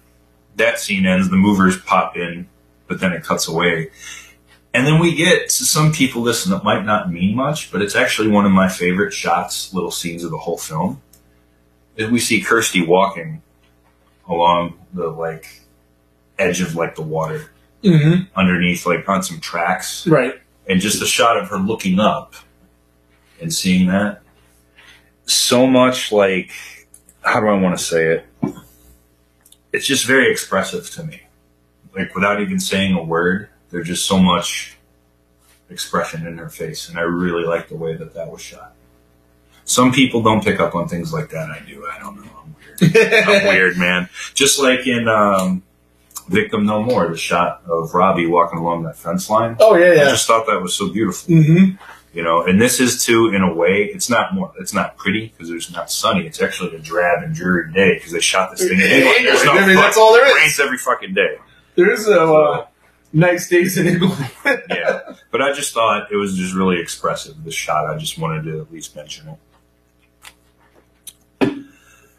Speaker 4: that scene ends. The movers pop in, but then it cuts away. And then we get to some people listen that might not mean much, but it's actually one of my favorite shots, little scenes of the whole film. Is we see Kirsty walking along the like edge of like the water
Speaker 3: Mm-hmm.
Speaker 4: underneath like on some tracks
Speaker 3: Right.
Speaker 4: and just the shot of her looking up and seeing that so much like how do i want to say it it's just very expressive to me like without even saying a word there's just so much expression in her face and i really like the way that that was shot some people don't pick up on things like that i do i don't know i'm weird i'm weird man just like in um, victim no more the shot of robbie walking along that fence line
Speaker 3: Oh yeah.
Speaker 4: I
Speaker 3: Yeah.
Speaker 4: just thought that was so beautiful,
Speaker 3: Mm-hmm.
Speaker 4: you know. And this is too, in a way, it's not more, it's not pretty because it's not sunny. It's actually a drab and dreary day because they shot this thing. in England. There's no
Speaker 3: I mean, that's
Speaker 4: fuck-
Speaker 3: all there
Speaker 4: it
Speaker 3: is.
Speaker 4: rains every fucking day.
Speaker 3: There's no uh, nice days in England.
Speaker 4: Yeah, but I just thought it was just really expressive. The shot, I just wanted to at least mention it.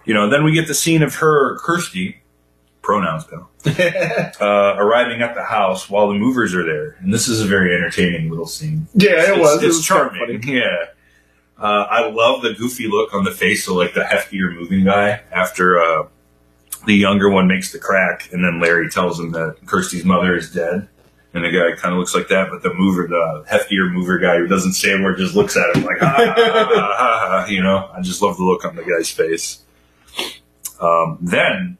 Speaker 4: You know, then we get the scene of her, Kirsty, pronouns pal, uh, arriving at the house while the movers are there, and this is a very entertaining little scene.
Speaker 3: *laughs* Yeah, it
Speaker 4: it's,
Speaker 3: was.
Speaker 4: It's
Speaker 3: it was kinda
Speaker 4: charming. Yeah. Uh, I love the goofy look on the face of like the heftier moving guy after uh, the younger one makes the crack, and then Larry tells him that Kirsty's mother is dead, and the guy kind of looks like that, but the mover, the heftier mover guy who doesn't say a word, just looks at him like, ah, ah, ah, ah, ah," you know. I just love the look on the guy's face. Um, then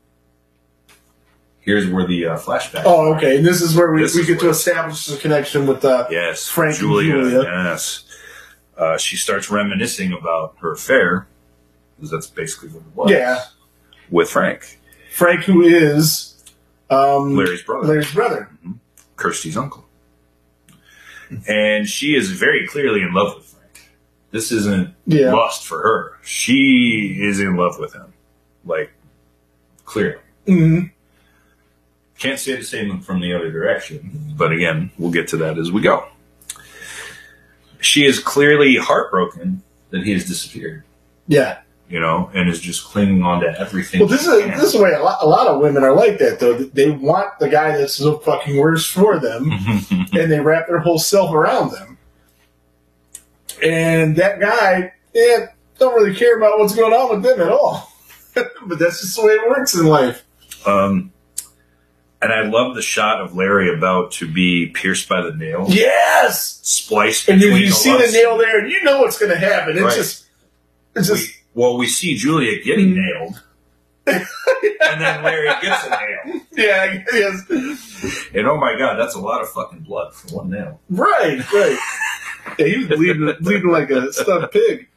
Speaker 4: here's where the uh, flashback.
Speaker 3: Oh, okay. And this is where we,
Speaker 4: This
Speaker 3: we
Speaker 4: is
Speaker 3: get to
Speaker 4: where-
Speaker 3: establish the connection with uh,
Speaker 4: Yes,
Speaker 3: Frank and
Speaker 4: Julia.
Speaker 3: Julia.
Speaker 4: Yes, uh, she starts reminiscing about her affair, because that's basically what it was.
Speaker 3: Yeah.
Speaker 4: with Frank,
Speaker 3: Frank, who is um,
Speaker 4: Larry's brother,
Speaker 3: Larry's brother.
Speaker 4: Kirsty's uncle, and she is very clearly in love with Frank. This isn't
Speaker 3: Yeah.
Speaker 4: lust for her; she is in love with him, like clearly. Mm-hmm.
Speaker 3: Mhm.
Speaker 4: Can't say the same from the other direction, but again, we'll get to that as we go. She is clearly heartbroken that he has disappeared.
Speaker 3: Yeah.
Speaker 4: you know, and is just clinging on to everything.
Speaker 3: Well, this is
Speaker 4: she can.
Speaker 3: this is the way a lot, a lot of women are like that though. They want the guy that's the fucking worst for
Speaker 4: *laughs*
Speaker 3: them, and they wrap their whole self around them. And that guy, yeah, don't really care about what's going on with them at all. *laughs* but that's just the way it works in life.
Speaker 4: um, and I love the shot of Larry about to be pierced by the nail,
Speaker 3: Yes.
Speaker 4: spliced
Speaker 3: And
Speaker 4: between
Speaker 3: you, you see the
Speaker 4: lungs.
Speaker 3: nail there, and you know what's going to happen. It's
Speaker 4: Right.
Speaker 3: just, it's
Speaker 4: We-
Speaker 3: just. Mm.
Speaker 4: well, we see Julia getting nailed,
Speaker 3: *laughs*
Speaker 4: and then Larry gets a nail.
Speaker 3: Yeah, yes.
Speaker 4: And oh my god, that's a lot of fucking blood for one nail.
Speaker 3: Right, right. Yeah, he was
Speaker 4: *laughs*
Speaker 3: bleeding, bleeding like a stuffed pig.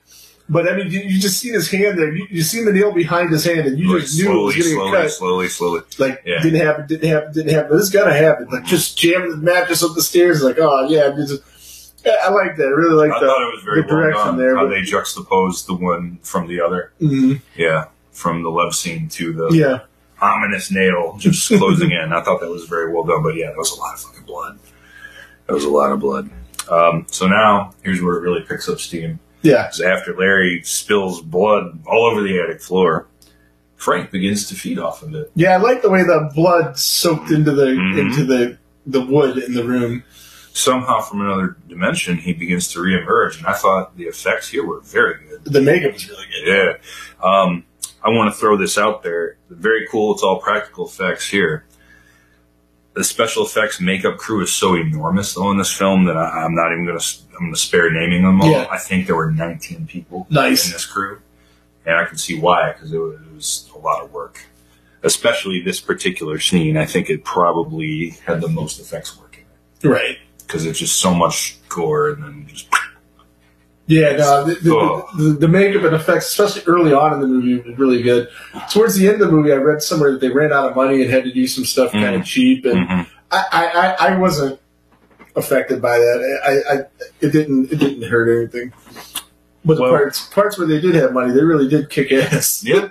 Speaker 3: But I mean, you, you just seen his hand there. You, you seen the nail behind his hand, and you
Speaker 4: Like,
Speaker 3: just knew it was getting
Speaker 4: slowly,
Speaker 3: a cut.
Speaker 4: slowly, slowly.
Speaker 3: Like
Speaker 4: Yeah.
Speaker 3: didn't happen, didn't happen, didn't happen. This gotta happen. Like just jamming the mattress up the stairs. Like oh yeah, I mean, just, yeah, I like that. I really like
Speaker 4: I
Speaker 3: the,
Speaker 4: thought it was very
Speaker 3: the
Speaker 4: well
Speaker 3: direction
Speaker 4: done
Speaker 3: there.
Speaker 4: how
Speaker 3: but-
Speaker 4: they juxtaposed the one from the other.
Speaker 3: Mhm.
Speaker 4: Yeah, from the love scene to the
Speaker 3: Yeah,
Speaker 4: ominous nail just closing in. I thought that was very well done, but yeah, that was a lot of fucking blood. That was a lot of blood. Um, so now here's where it really picks up steam.
Speaker 3: Yeah.
Speaker 4: Because after Larry spills blood all over the attic floor, Frank begins to feed off of it.
Speaker 3: Yeah, I like the way the blood soaked into the
Speaker 4: Mhm.
Speaker 3: into the the wood in the room.
Speaker 4: Somehow from another dimension, he begins to reemerge, and I thought the effects here were very good.
Speaker 3: The makeup was really good.
Speaker 4: Yeah. Um, I want to throw this out there. Very cool. It's all practical effects here. The special effects makeup crew is so enormous though in this film that I, I'm not even going to. I'm going to spare naming them all.
Speaker 3: Yeah.
Speaker 4: I think there were 19 people
Speaker 3: Nice.
Speaker 4: in this crew, and I can see why because it, was- it was a lot of work. Especially this particular scene, I think it probably had the most effects working
Speaker 3: Right.
Speaker 4: because it's just so much gore and then just
Speaker 3: Yeah, no, the, the,
Speaker 4: Oh.
Speaker 3: the, the makeup and effects, especially early on in the movie, was really good. Towards the end of the movie, I read somewhere that they ran out of money and had to do some stuff kind of
Speaker 4: Mhm.
Speaker 3: cheap, and
Speaker 4: Mhm.
Speaker 3: I, I, I, I wasn't affected by that. I, I it didn't it didn't hurt anything. But
Speaker 4: Well-
Speaker 3: the parts parts where they did have money, they really did kick ass.
Speaker 4: *laughs* Yep.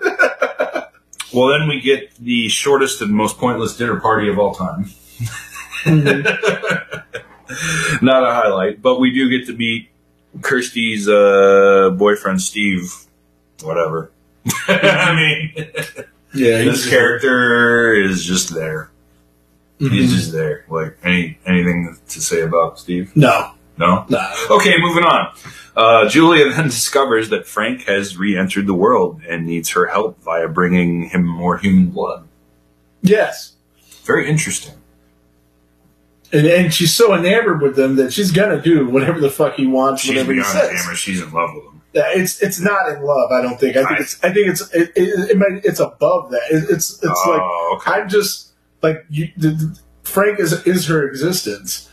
Speaker 4: well, then we get the shortest and most pointless dinner party of all time. *laughs* Not a highlight, but we do get to meet Kirsty's uh, boyfriend, Steve. Whatever. *laughs* I mean,
Speaker 3: Yeah,
Speaker 4: this character is just there. He's just there. Like any anything to say about Steve?
Speaker 3: no,
Speaker 4: No.
Speaker 3: no.
Speaker 4: Okay, moving on. Uh, Julia then *laughs* discovers that Frank has re entered the world and needs her help via bringing him more human blood.
Speaker 3: Yes,
Speaker 4: Very interesting.
Speaker 3: and and she's so enamored with them that she's gonna do whatever the fuck he wants,
Speaker 4: She's
Speaker 3: whatever he
Speaker 4: beyond
Speaker 3: says.
Speaker 4: camera. She's in love with him.
Speaker 3: Yeah, it's it's not in love. I don't think. I think
Speaker 4: I-
Speaker 3: it's. I think it's. It, it, it might, it's above that. It, it's it's
Speaker 4: Oh,
Speaker 3: like I'm just like you, the, the- Frank is is her existence.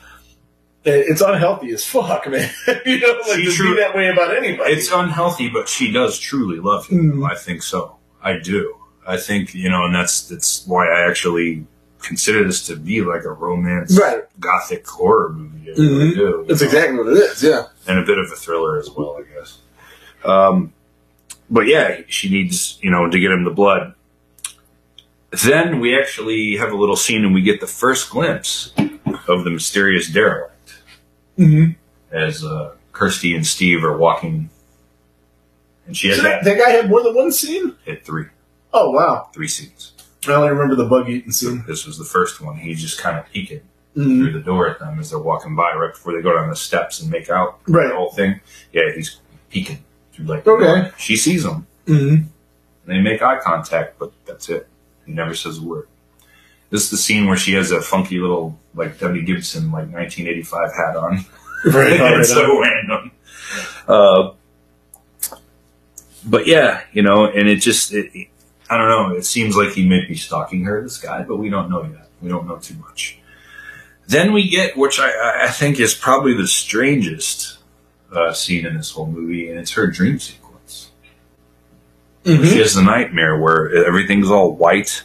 Speaker 3: It- It's unhealthy as fuck, *laughs* man. you know, like
Speaker 4: She
Speaker 3: to
Speaker 4: true-
Speaker 3: be that way about anybody.
Speaker 4: It's unhealthy, but she does truly love him.
Speaker 3: Mm.
Speaker 4: I think so. I do. I think, you know, and that's that's why I actually consider this to be like a romance
Speaker 3: Right.
Speaker 4: gothic horror movie. I really
Speaker 3: Mhm.
Speaker 4: do. you
Speaker 3: That's
Speaker 4: know?
Speaker 3: exactly what it is. Yeah.
Speaker 4: and a bit of a thriller as well, I guess. Um, but yeah, she needs you know to get him the blood. Then we actually have a little scene, and we get the first glimpse of the mysterious derelict
Speaker 3: Mm-hmm.
Speaker 4: as uh, Kirsty and Steve are walking, and she has
Speaker 3: So that,
Speaker 4: that
Speaker 3: that guy had more than one scene.
Speaker 4: hit three
Speaker 3: Oh wow!
Speaker 4: three scenes.
Speaker 3: I only remember the bug eating scene.
Speaker 4: This was the first one. He's just kind of peeking
Speaker 3: Mhm.
Speaker 4: through the door at them as they're walking by, right before they go down the steps and make out
Speaker 3: Right.
Speaker 4: the whole thing. Yeah, he's peeking through like
Speaker 3: Okay.
Speaker 4: door. she sees him.
Speaker 3: Mm-hmm. *laughs*
Speaker 4: They make eye contact, but that's it. He never says a word. This is the scene where she has a funky little, like, Debbie Gibson, like, 1985 hat on.
Speaker 3: Right.
Speaker 4: *laughs* it's so random. Uh, but yeah, you know, and it just, it, it- I don't know, it seems like he might be stalking her, this guy, but we don't know yet. We don't know too much. Then we get, which I- I, I think is probably the strangest uh, scene in this whole movie, and it's her dream sequence.
Speaker 3: Mm-hmm.
Speaker 4: She has the nightmare where everything's all white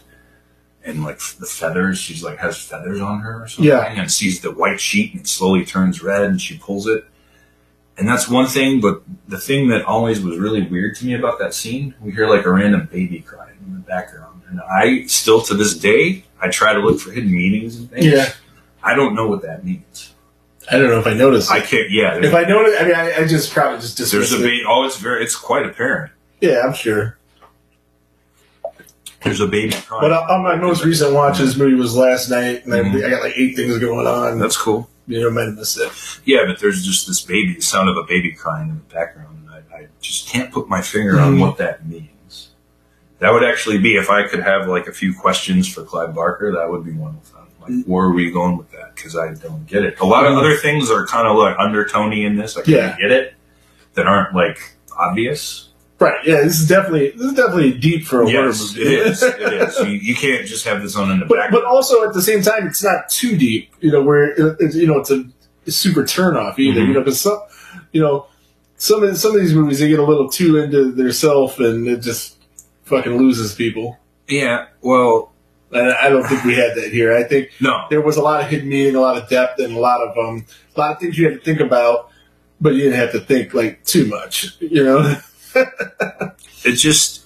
Speaker 4: and like the feathers. She's like has feathers on her or something,
Speaker 3: Yeah.
Speaker 4: and sees the white sheet and it slowly turns red, and she pulls it. And that's one thing, but the thing that always was really weird to me about that scene, we hear like a random baby crying in the background, and I still to this day I try to look for hidden meanings and things.
Speaker 3: Yeah.
Speaker 4: I don't know what that means.
Speaker 3: I don't know if I noticed.
Speaker 4: I can't. Yeah,
Speaker 3: if
Speaker 4: there's,
Speaker 3: I noticed, I mean, I, I just probably just
Speaker 4: there's
Speaker 3: dismissed
Speaker 4: a
Speaker 3: it.
Speaker 4: baby. Oh, it's very. It's quite apparent.
Speaker 3: Yeah, I'm sure.
Speaker 4: There's a baby crying.
Speaker 3: But on my most recent watch, this movie was last night, and I,
Speaker 4: Mhm.
Speaker 3: I got like eight things going on.
Speaker 4: That's cool.
Speaker 3: you know, I might have missed it.
Speaker 4: Yeah, but there's just this baby, the sound of a baby crying in the background, and I, I just can't put my finger on
Speaker 3: Mhm.
Speaker 4: what that means. That would actually be if I could have like a few questions for Clive Barker. That would be one of them. Like,
Speaker 3: Hmm.
Speaker 4: where are we going with that? Because I don't get it. A lot of other things are kind of like undertony in this. I kind
Speaker 3: Yeah.
Speaker 4: of get it that aren't like obvious.
Speaker 3: Right? Yeah, this is definitely this is definitely deep for a
Speaker 4: Yes,
Speaker 3: horror
Speaker 4: it
Speaker 3: movie. *laughs*
Speaker 4: is. It is. You, you can't just have this on in the
Speaker 3: but but
Speaker 4: background.
Speaker 3: also at the same time, it's not too deep. You know, where it, it's you know it's a super turnoff either.
Speaker 4: Mm-hmm.
Speaker 3: You know, because some you know some of some of these movies they get a little too into their self and it just fucking loses people.
Speaker 4: yeah. Well,
Speaker 3: And I don't think we had that here. I think
Speaker 4: no.
Speaker 3: there was a lot of hidden meaning, a lot of depth, and a lot of um, a lot of things you had to think about, but you didn't have to think like too much, you know.
Speaker 4: it just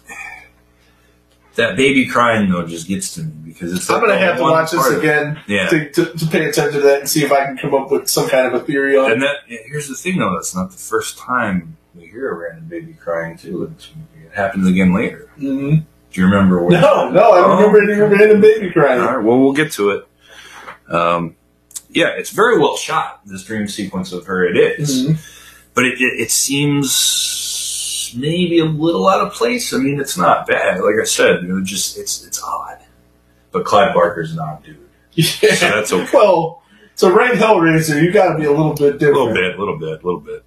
Speaker 4: That baby crying though just gets to me because it's.
Speaker 3: I'm
Speaker 4: like
Speaker 3: gonna
Speaker 4: the
Speaker 3: have to
Speaker 4: one
Speaker 3: watch this
Speaker 4: part of it.
Speaker 3: again
Speaker 4: Yeah.
Speaker 3: to, to, to pay attention to that and see if I can come up with some kind of a theory on
Speaker 4: And
Speaker 3: it.
Speaker 4: that here's the thing though, that's not the first time we hear a random baby crying too. in this movie. It happens again later.
Speaker 3: Mhm.
Speaker 4: Do you remember? Where
Speaker 3: *laughs* No, no, I don't
Speaker 4: Oh,
Speaker 3: remember any random baby crying.
Speaker 4: All right. Well, we'll get to it. Um, yeah, it's very well shot. This dream sequence of her, it is.
Speaker 3: Mhm.
Speaker 4: but it, it, it seems maybe a little out of place. I mean, it's not bad. Like I said, you know, just it's it's odd. But Clyde Barker's an odd dude.
Speaker 3: Yeah.
Speaker 4: So
Speaker 3: *laughs*
Speaker 4: that's okay.
Speaker 3: Well, to rank Hellraiser, you got to be a little bit
Speaker 4: A
Speaker 3: different.
Speaker 4: little bit, a little bit, a little bit.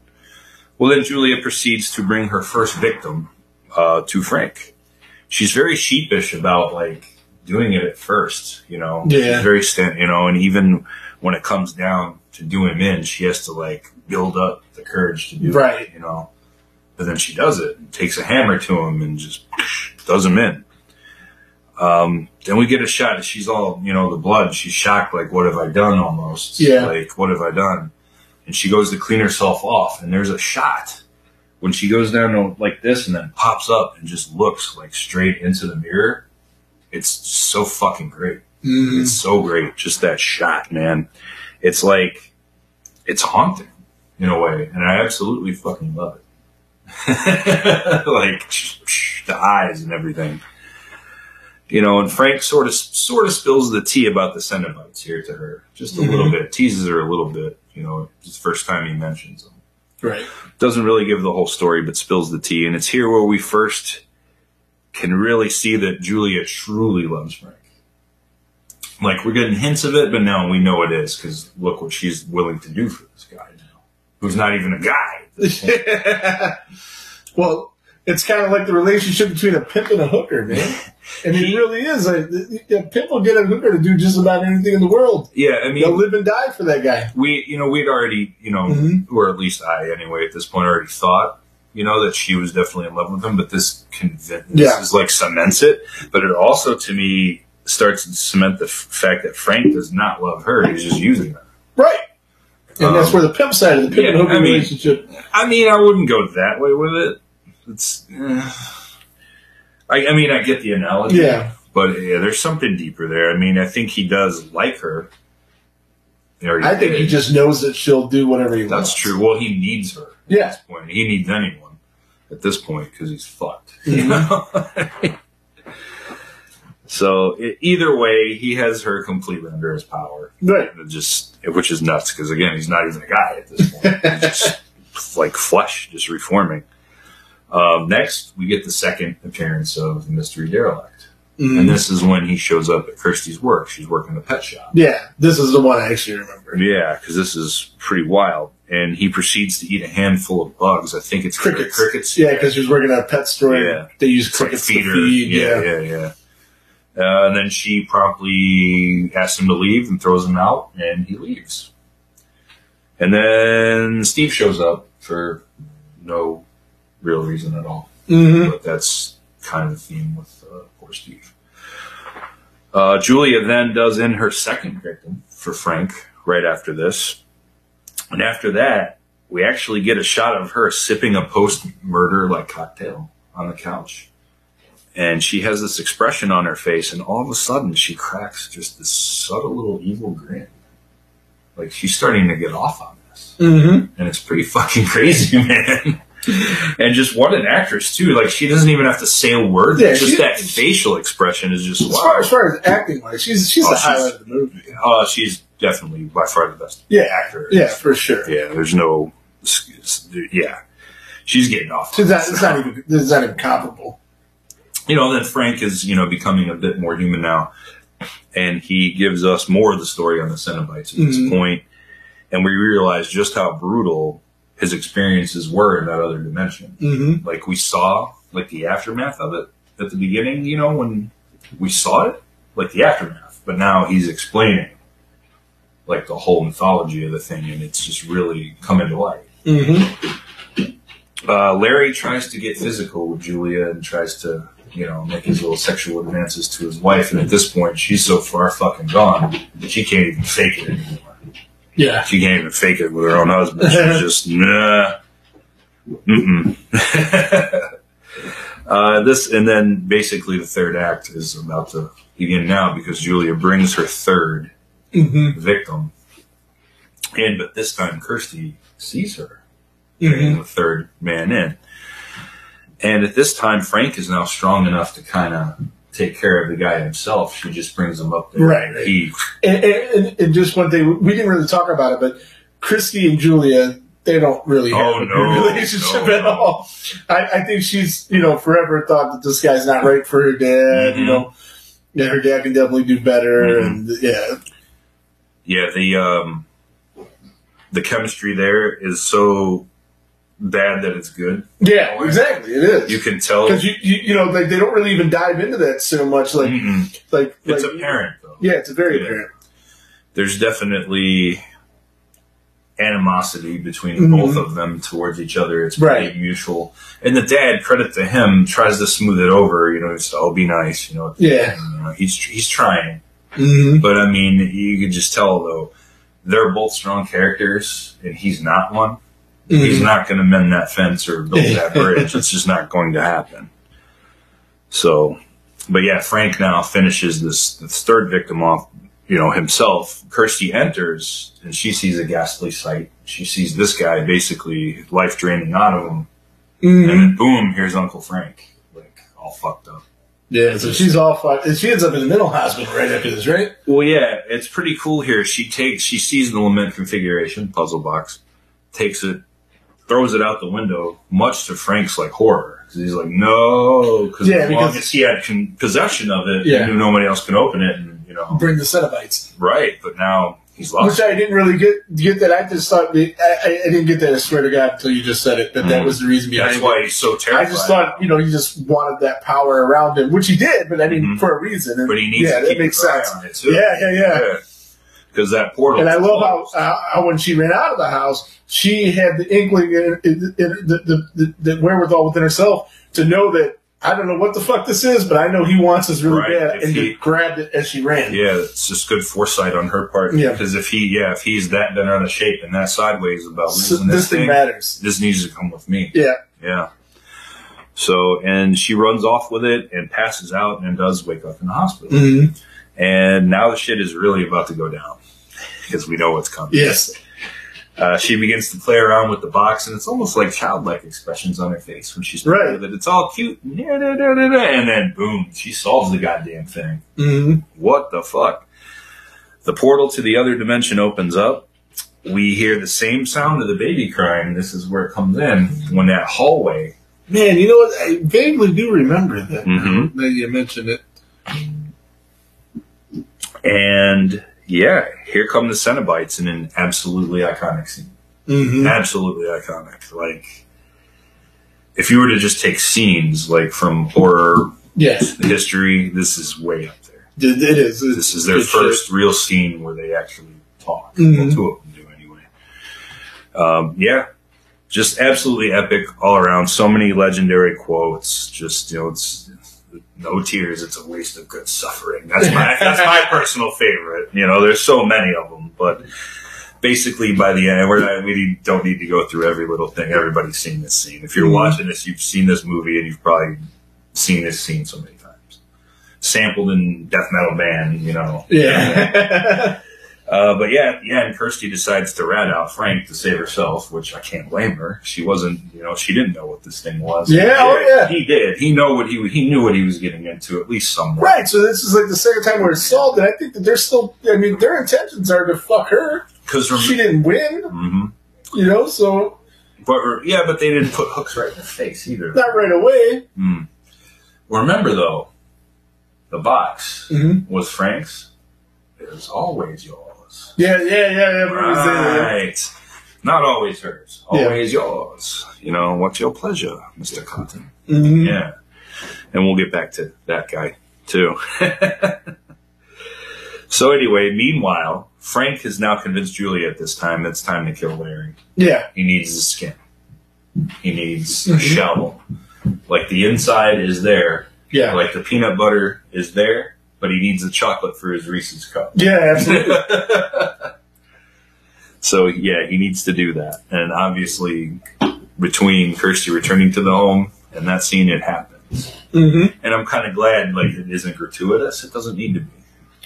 Speaker 4: Well, then Julia proceeds to bring her first victim uh, to Frank. She's very sheepish about like doing it at first, you know.
Speaker 3: Yeah.
Speaker 4: She's very stand, you know, and even when it comes down to doing him in, she has to like build up the courage to do
Speaker 3: Right.
Speaker 4: it, you know. But then she does it, and takes a hammer to him, and just does him in. Um, then we get a shot. She's all, you know, the blood. She's shocked, like, "What have I done?" Almost,
Speaker 3: Yeah.
Speaker 4: Like, "What have I done?" and she goes to clean herself off and there's a shot when she goes down to like this and then pops up and just looks like straight into the mirror it's so fucking great
Speaker 3: Mhm.
Speaker 4: it's so great just that shot man it's like it's haunting in a way and i absolutely fucking love it *laughs* like the eyes and everything you know and frank sort of sort of spills the tea about the cenobites here to her just a little bit teases her a little bit you know it's the first time he mentions them
Speaker 3: Right.
Speaker 4: doesn't really give the whole story, but spills the tea. And it's here where we first can really see that Julia truly loves Frank. Like we're getting hints of it, but now we know it is because look what she's willing to do for this guy now, who's not even a guy. at this point.
Speaker 3: *laughs* Well, it's kind of like the relationship between a pimp and a hooker,
Speaker 4: *laughs*
Speaker 3: man. I mean, it really is. Like, a pimp will get a hooker to do just about anything in the world.
Speaker 4: yeah, I
Speaker 3: They'll
Speaker 4: mean,
Speaker 3: live and die for that guy.
Speaker 4: we you know we'd already you know,
Speaker 3: Mhm.
Speaker 4: or at least I anyway at this point already thought you know that she was definitely in love with him, but this convinces
Speaker 3: Yeah.
Speaker 4: this is like cements it. But it also to me starts to cement the f- fact that Frank does not love her; he's just using her.
Speaker 3: Right. And that's
Speaker 4: Um,
Speaker 3: where the pimp side of the pimp
Speaker 4: yeah,
Speaker 3: and hooker
Speaker 4: I mean-
Speaker 3: relationship.
Speaker 4: I mean, I wouldn't go that way with it. It's, eh. I, I mean, I get the analogy,
Speaker 3: Yeah.
Speaker 4: but yeah, there's something deeper there. I mean, I think he does like her. Or
Speaker 3: I think he
Speaker 4: did.
Speaker 3: just knows that she'll do whatever he wants.
Speaker 4: That's true. Well, he needs her. At
Speaker 3: Yeah.
Speaker 4: this point, he needs anyone at this point because he's fucked.
Speaker 3: Mhm.
Speaker 4: *laughs* So e- either way, he has her completely under his power.
Speaker 3: Right.
Speaker 4: It just which is nuts because again he's not even a guy at this point he's just like flesh just reforming um, next we get the second appearance of the mystery derelict and this is when he shows up at kirsty's work she's working the pet shop
Speaker 3: Yeah. This is the one I actually remember.
Speaker 4: yeah because this is pretty wild and he proceeds to eat a handful of bugs i think it's
Speaker 3: Crickets.
Speaker 4: crickets
Speaker 3: Yeah, because she was working at a pet store.
Speaker 4: Yeah.
Speaker 3: They use
Speaker 4: It's like
Speaker 3: crickets
Speaker 4: feeder.
Speaker 3: to feed.
Speaker 4: yeah yeah yeah uh, and then she promptly asks him to leave and throws him out, and he leaves. And then Steve shows up for no real reason at all.
Speaker 3: hmm
Speaker 4: But that's kind of the theme with uh, poor Steve. Uh, Julia then does in her second victim for Frank right after this. And after that, we actually get a shot of her sipping a post murder like cocktail on the couch. And she has this expression on her face, and all of a sudden she cracks just this subtle little evil grin. Like she's starting to get off on this
Speaker 3: hmm
Speaker 4: and it's pretty fucking crazy, *laughs* man. And just what an actress too! Like she doesn't even have to say a word.
Speaker 3: Yeah,
Speaker 4: just
Speaker 3: she-
Speaker 4: that facial expression is just
Speaker 3: As far
Speaker 4: wow.
Speaker 3: as, far as acting wise, she's she's
Speaker 4: Oh,
Speaker 3: the
Speaker 4: she's-
Speaker 3: highlight of the movie.
Speaker 4: Uh, she's definitely by far the best
Speaker 3: Yeah,
Speaker 4: actor.
Speaker 3: yeah, for sure.
Speaker 4: yeah. There's no, excuse- yeah, she's getting off.
Speaker 3: She's
Speaker 4: on
Speaker 3: not,
Speaker 4: this.
Speaker 3: it's not even it's not even comparable.
Speaker 4: *laughs* you know, then Frank is, you know, becoming a bit more human now. And he gives us more of the story on the Cenobites at this
Speaker 3: Mhm.
Speaker 4: point. And we realize just how brutal his experiences were in that other dimension.
Speaker 3: Mm-hmm.
Speaker 4: Like we saw, like the aftermath of it at the beginning, you know, when we saw it, like the aftermath. But now he's explaining, like, the whole mythology of the thing. And it's just really coming to light
Speaker 3: Mm-hmm.
Speaker 4: uh, Larry tries to get physical with Julia and tries to, you know, make his little sexual advances to his wife. And at this point, she's so far fucking gone, she can't even fake it anymore.
Speaker 3: Yeah.
Speaker 4: She can't even fake it with her
Speaker 3: *laughs*
Speaker 4: own husband. She's just, nah, mm-mm. *laughs* Uh, this and then basically the third act is about to begin now because Julia brings her 3rd
Speaker 3: Mm-hmm.
Speaker 4: victim, and but this time Kirsty sees her
Speaker 3: Mm-hmm.
Speaker 4: bringing the third man in, and at this time Frank is now strong enough to kind of take care of the guy himself. She just brings him up there,
Speaker 3: Right.
Speaker 4: He
Speaker 3: And, and, and- and just one thing, we didn't really talk about it, but Christy and Julia, they don't really have
Speaker 4: Oh,
Speaker 3: a good
Speaker 4: no,
Speaker 3: relationship
Speaker 4: no,
Speaker 3: at
Speaker 4: no.
Speaker 3: all. I, I think she's, you know, forever thought that this guy's not right for her dad, you
Speaker 4: Mhm.
Speaker 3: know. Yeah, her dad can definitely do better,
Speaker 4: Mhm.
Speaker 3: and yeah,
Speaker 4: yeah, the um, the chemistry there is so bad that it's good.
Speaker 3: yeah, exactly, it
Speaker 4: You
Speaker 3: is
Speaker 4: can tell.
Speaker 3: because you, you you know like they don't really even dive into that so much, like
Speaker 4: Mm-mm.
Speaker 3: like
Speaker 4: Mm-hmm. It's
Speaker 3: like-
Speaker 4: apparent though.
Speaker 3: Yeah, it's very
Speaker 4: Yeah.
Speaker 3: apparent.
Speaker 4: There's definitely animosity between
Speaker 3: Mhm.
Speaker 4: both of them towards each other. It's pretty
Speaker 3: Right.
Speaker 4: mutual. And the dad, credit to him, tries to smooth it over. You know, it's oh, be nice. You know,
Speaker 3: Yeah.
Speaker 4: You know, he's he's trying.
Speaker 3: Mm-hmm.
Speaker 4: But I mean, you could just tell though, they're both strong characters, and he's not one. He's not going to mend that fence or build that bridge. it's just not going to happen. So, but yeah, Frank now finishes this, this third victim off, you know, himself. Kirsty enters and she sees a ghastly sight. She sees this guy basically life draining out of him. And then boom, here's Uncle Frank, like all fucked up.
Speaker 3: Yeah, so she's all fucked. and She ends up in the mental hospital right after this, right?
Speaker 4: Well, yeah, it's pretty cool here. She takes, she sees the lament configuration puzzle box, takes it, throws it out the window, much to Frank's like horror. 'Cause he's like, no, cause
Speaker 3: Yeah,
Speaker 4: as long
Speaker 3: because-
Speaker 4: as he had con- possession of it,
Speaker 3: Yeah.
Speaker 4: he knew nobody else could open it, and you know,
Speaker 3: Bring the Cenobites.
Speaker 4: right? But now he's
Speaker 3: Which
Speaker 4: lost.
Speaker 3: I didn't really get get that. I just thought I, I, I didn't get that. I swear to God, until you just said it that that
Speaker 4: Mm.
Speaker 3: was the reason behind
Speaker 4: That's
Speaker 3: it.
Speaker 4: why he's so
Speaker 3: I
Speaker 4: terrified.
Speaker 3: just thought you know he just wanted that power around him, which he did, but I mean
Speaker 4: Mhm.
Speaker 3: for a reason. And
Speaker 4: but he needs
Speaker 3: yeah,
Speaker 4: to keep
Speaker 3: that makes
Speaker 4: his eye
Speaker 3: sense.
Speaker 4: on it too.
Speaker 3: Yeah, yeah, yeah.
Speaker 4: Because that portal.
Speaker 3: And I love how,
Speaker 4: closed.
Speaker 3: how how when she ran out of the house, she had the inkling, in, in, in- the, the, the, the wherewithal within herself to know that I don't know what the fuck this is, but I know he wants us really
Speaker 4: Right,
Speaker 3: bad,
Speaker 4: if
Speaker 3: and
Speaker 4: he-
Speaker 3: just grabbed it as she ran.
Speaker 4: Yeah, it's just good foresight on her part.
Speaker 3: Yeah.
Speaker 4: Because if he, yeah, if he's that bent out of shape and that sideways about
Speaker 3: So
Speaker 4: losing
Speaker 3: this thing, matters.
Speaker 4: this needs to come with me.
Speaker 3: Yeah,
Speaker 4: Yeah. So, and she runs off with it and passes out and does wake up in the hospital.
Speaker 3: Mhm.
Speaker 4: And now the shit is really about to go down because we know what's coming.
Speaker 3: yes,
Speaker 4: Uh, she begins to play around with the box, and it's almost like childlike expressions on her face when she's playing
Speaker 3: Right.
Speaker 4: with it. It's all cute, and da- da- da- da- da, and then boom, she solves the goddamn thing.
Speaker 3: Mhm.
Speaker 4: What the fuck? The portal to the other dimension opens up. We hear the same sound of the baby crying. This is where it comes in when that hallway.
Speaker 3: Man, you know what? I vaguely do remember that.
Speaker 4: Mhm.
Speaker 3: Now you mentioned it.
Speaker 4: And yeah, here come the Cenobites in an absolutely iconic scene.
Speaker 3: Mm-hmm.
Speaker 4: Absolutely iconic. Like, if you were to just take scenes like from horror
Speaker 3: Yes,
Speaker 4: history, this is way up there.
Speaker 3: it, it is. It's
Speaker 4: This is their
Speaker 3: good shit.
Speaker 4: first real scene where they actually talk.
Speaker 3: Mhm.
Speaker 4: Well, two of them do anyway. Um, yeah, just absolutely epic all around. So many legendary quotes. Just you know, it's no tears. It's a waste of good suffering. That's my that's my personal favorite. You know, there's so many of them, but basically by the end, we're not, we don't need to go through every little thing. Everybody's seen this scene. If you're
Speaker 3: Mhm.
Speaker 4: watching this, you've seen this movie, and you've probably seen this scene so many times. Sampled in death metal band, you know.
Speaker 3: Yeah. *laughs*
Speaker 4: Uh, but yeah, yeah, and Kirsty decides to rat out Frank to save herself, which I can't blame her. She wasn't, you know, she didn't know what this thing was.
Speaker 3: Yeah, oh, yeah.
Speaker 4: he did. He know what he he knew what he was getting into at least somewhat.
Speaker 3: right. So this is like the second time we're solved, and I think that they're still. I mean, their intentions are to fuck her.
Speaker 4: Because
Speaker 3: She didn't win,
Speaker 4: hmm
Speaker 3: you know. So
Speaker 4: but re- yeah, but they didn't put hooks right in her face either.
Speaker 3: not right away.
Speaker 4: Mm. Remember though, the box
Speaker 3: Mhm.
Speaker 4: was Frank's. It was always yours.
Speaker 3: Yeah, yeah, yeah. yeah, but we say that,
Speaker 4: Right. Not always hers.
Speaker 3: Yeah.
Speaker 4: Always yours. You know, what's your pleasure, Mr. Cotton?
Speaker 3: yeah. Mhm.
Speaker 4: Yeah. And we'll get back to that guy, too. *laughs* so, anyway, meanwhile, Frank has now convinced Julia at this time it's time to kill Larry.
Speaker 3: yeah.
Speaker 4: He needs his skin, he needs
Speaker 3: Mm-hmm.
Speaker 4: a shell. Like the inside is there,
Speaker 3: Yeah.
Speaker 4: like the peanut butter is there, but he needs the chocolate for his Reese's cup.
Speaker 3: yeah,
Speaker 4: *laughs*
Speaker 3: absolutely.
Speaker 4: So yeah, he needs to do that. And obviously, between Kirsty returning to the home and that scene, it happened. happens.
Speaker 3: Mm-hmm.
Speaker 4: And I'm kind of glad like it isn't gratuitous. It doesn't need to be,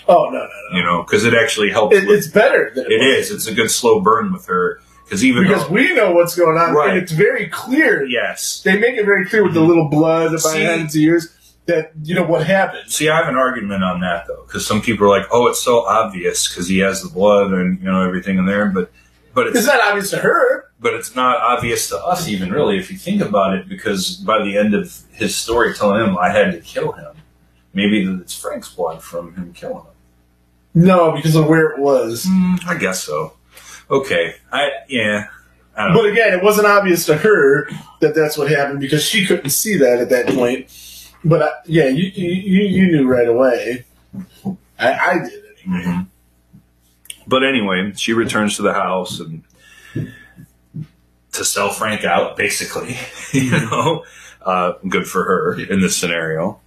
Speaker 3: Oh no, no, no.
Speaker 4: you know, because it actually helps.
Speaker 3: It,
Speaker 4: with,
Speaker 3: it's better than
Speaker 4: it
Speaker 3: was.
Speaker 4: is. It's a good slow burn with her because even
Speaker 3: because
Speaker 4: though,
Speaker 3: we know what's going on,
Speaker 4: Right.
Speaker 3: and it's very clear.
Speaker 4: yes,
Speaker 3: They make it very clear with the little blood by
Speaker 4: See?
Speaker 3: hands ears that you know what happened.
Speaker 4: See, I have an argument on that though, because some people are like, "Oh, it's so obvious because he has the blood and you know everything in there," but but it's
Speaker 3: It's not obvious to her.
Speaker 4: but it's not obvious to us even really if you think about it, because by the end of his story telling him I had to kill him, maybe it's Frank's blood from him killing him.
Speaker 3: No, because of where it was.
Speaker 4: Mm, I guess so. Okay, I yeah, I don't
Speaker 3: But
Speaker 4: know.
Speaker 3: again, it wasn't obvious to her that that's what happened because she couldn't see that at that point. But I, yeah, you, you you you knew right away. I, I did anyway.
Speaker 4: Mm-hmm. But anyway, she returns to the house and to sell Frank out, basically. *laughs* you
Speaker 3: Mm-hmm.
Speaker 4: know, uh, good for her in this scenario.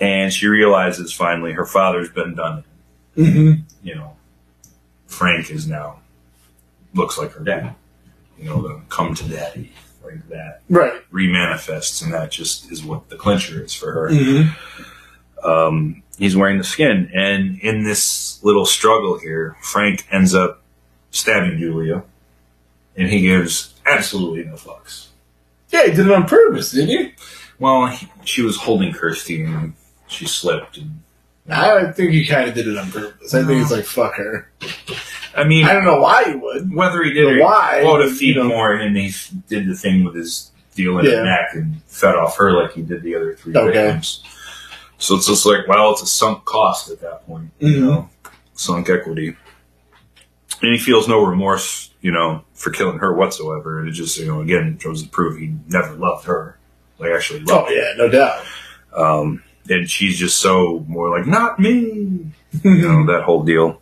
Speaker 4: And she realizes finally her father's been done.
Speaker 3: Mm-hmm.
Speaker 4: You know, Frank is now looks like her dad. You know, the come to daddy like that
Speaker 3: Right.
Speaker 4: remanifests, and that just is what the clincher is for her. Um, he's wearing the skin, and in this little struggle here, Frank ends up stabbing Julia, and he gives absolutely no fucks.
Speaker 3: Yeah, he did it on purpose, didn't he?
Speaker 4: Well, he, she was holding Kirsty, and she slipped. And,
Speaker 3: I think he kind of did it on purpose. I think it's like fuck her.
Speaker 4: I mean,
Speaker 3: I don't know why you would.
Speaker 4: whether he did
Speaker 3: But
Speaker 4: or
Speaker 3: why,
Speaker 4: well to
Speaker 3: you
Speaker 4: feed
Speaker 3: know?
Speaker 4: more, and he f- did the thing with his deal in
Speaker 3: Yeah.
Speaker 4: the neck and fed off her like he did the other three
Speaker 3: Okay.
Speaker 4: victims. So it's just like, well, it's a sunk cost at that point, you
Speaker 3: Mm-hmm.
Speaker 4: know, sunk equity. And he feels no remorse, you know, for killing her whatsoever. And it just, you know, again, goes to prove he never loved her. Like, actually
Speaker 3: Oh
Speaker 4: loved her.
Speaker 3: yeah, no doubt.
Speaker 4: And she's just so more like, not me, you know, that whole deal.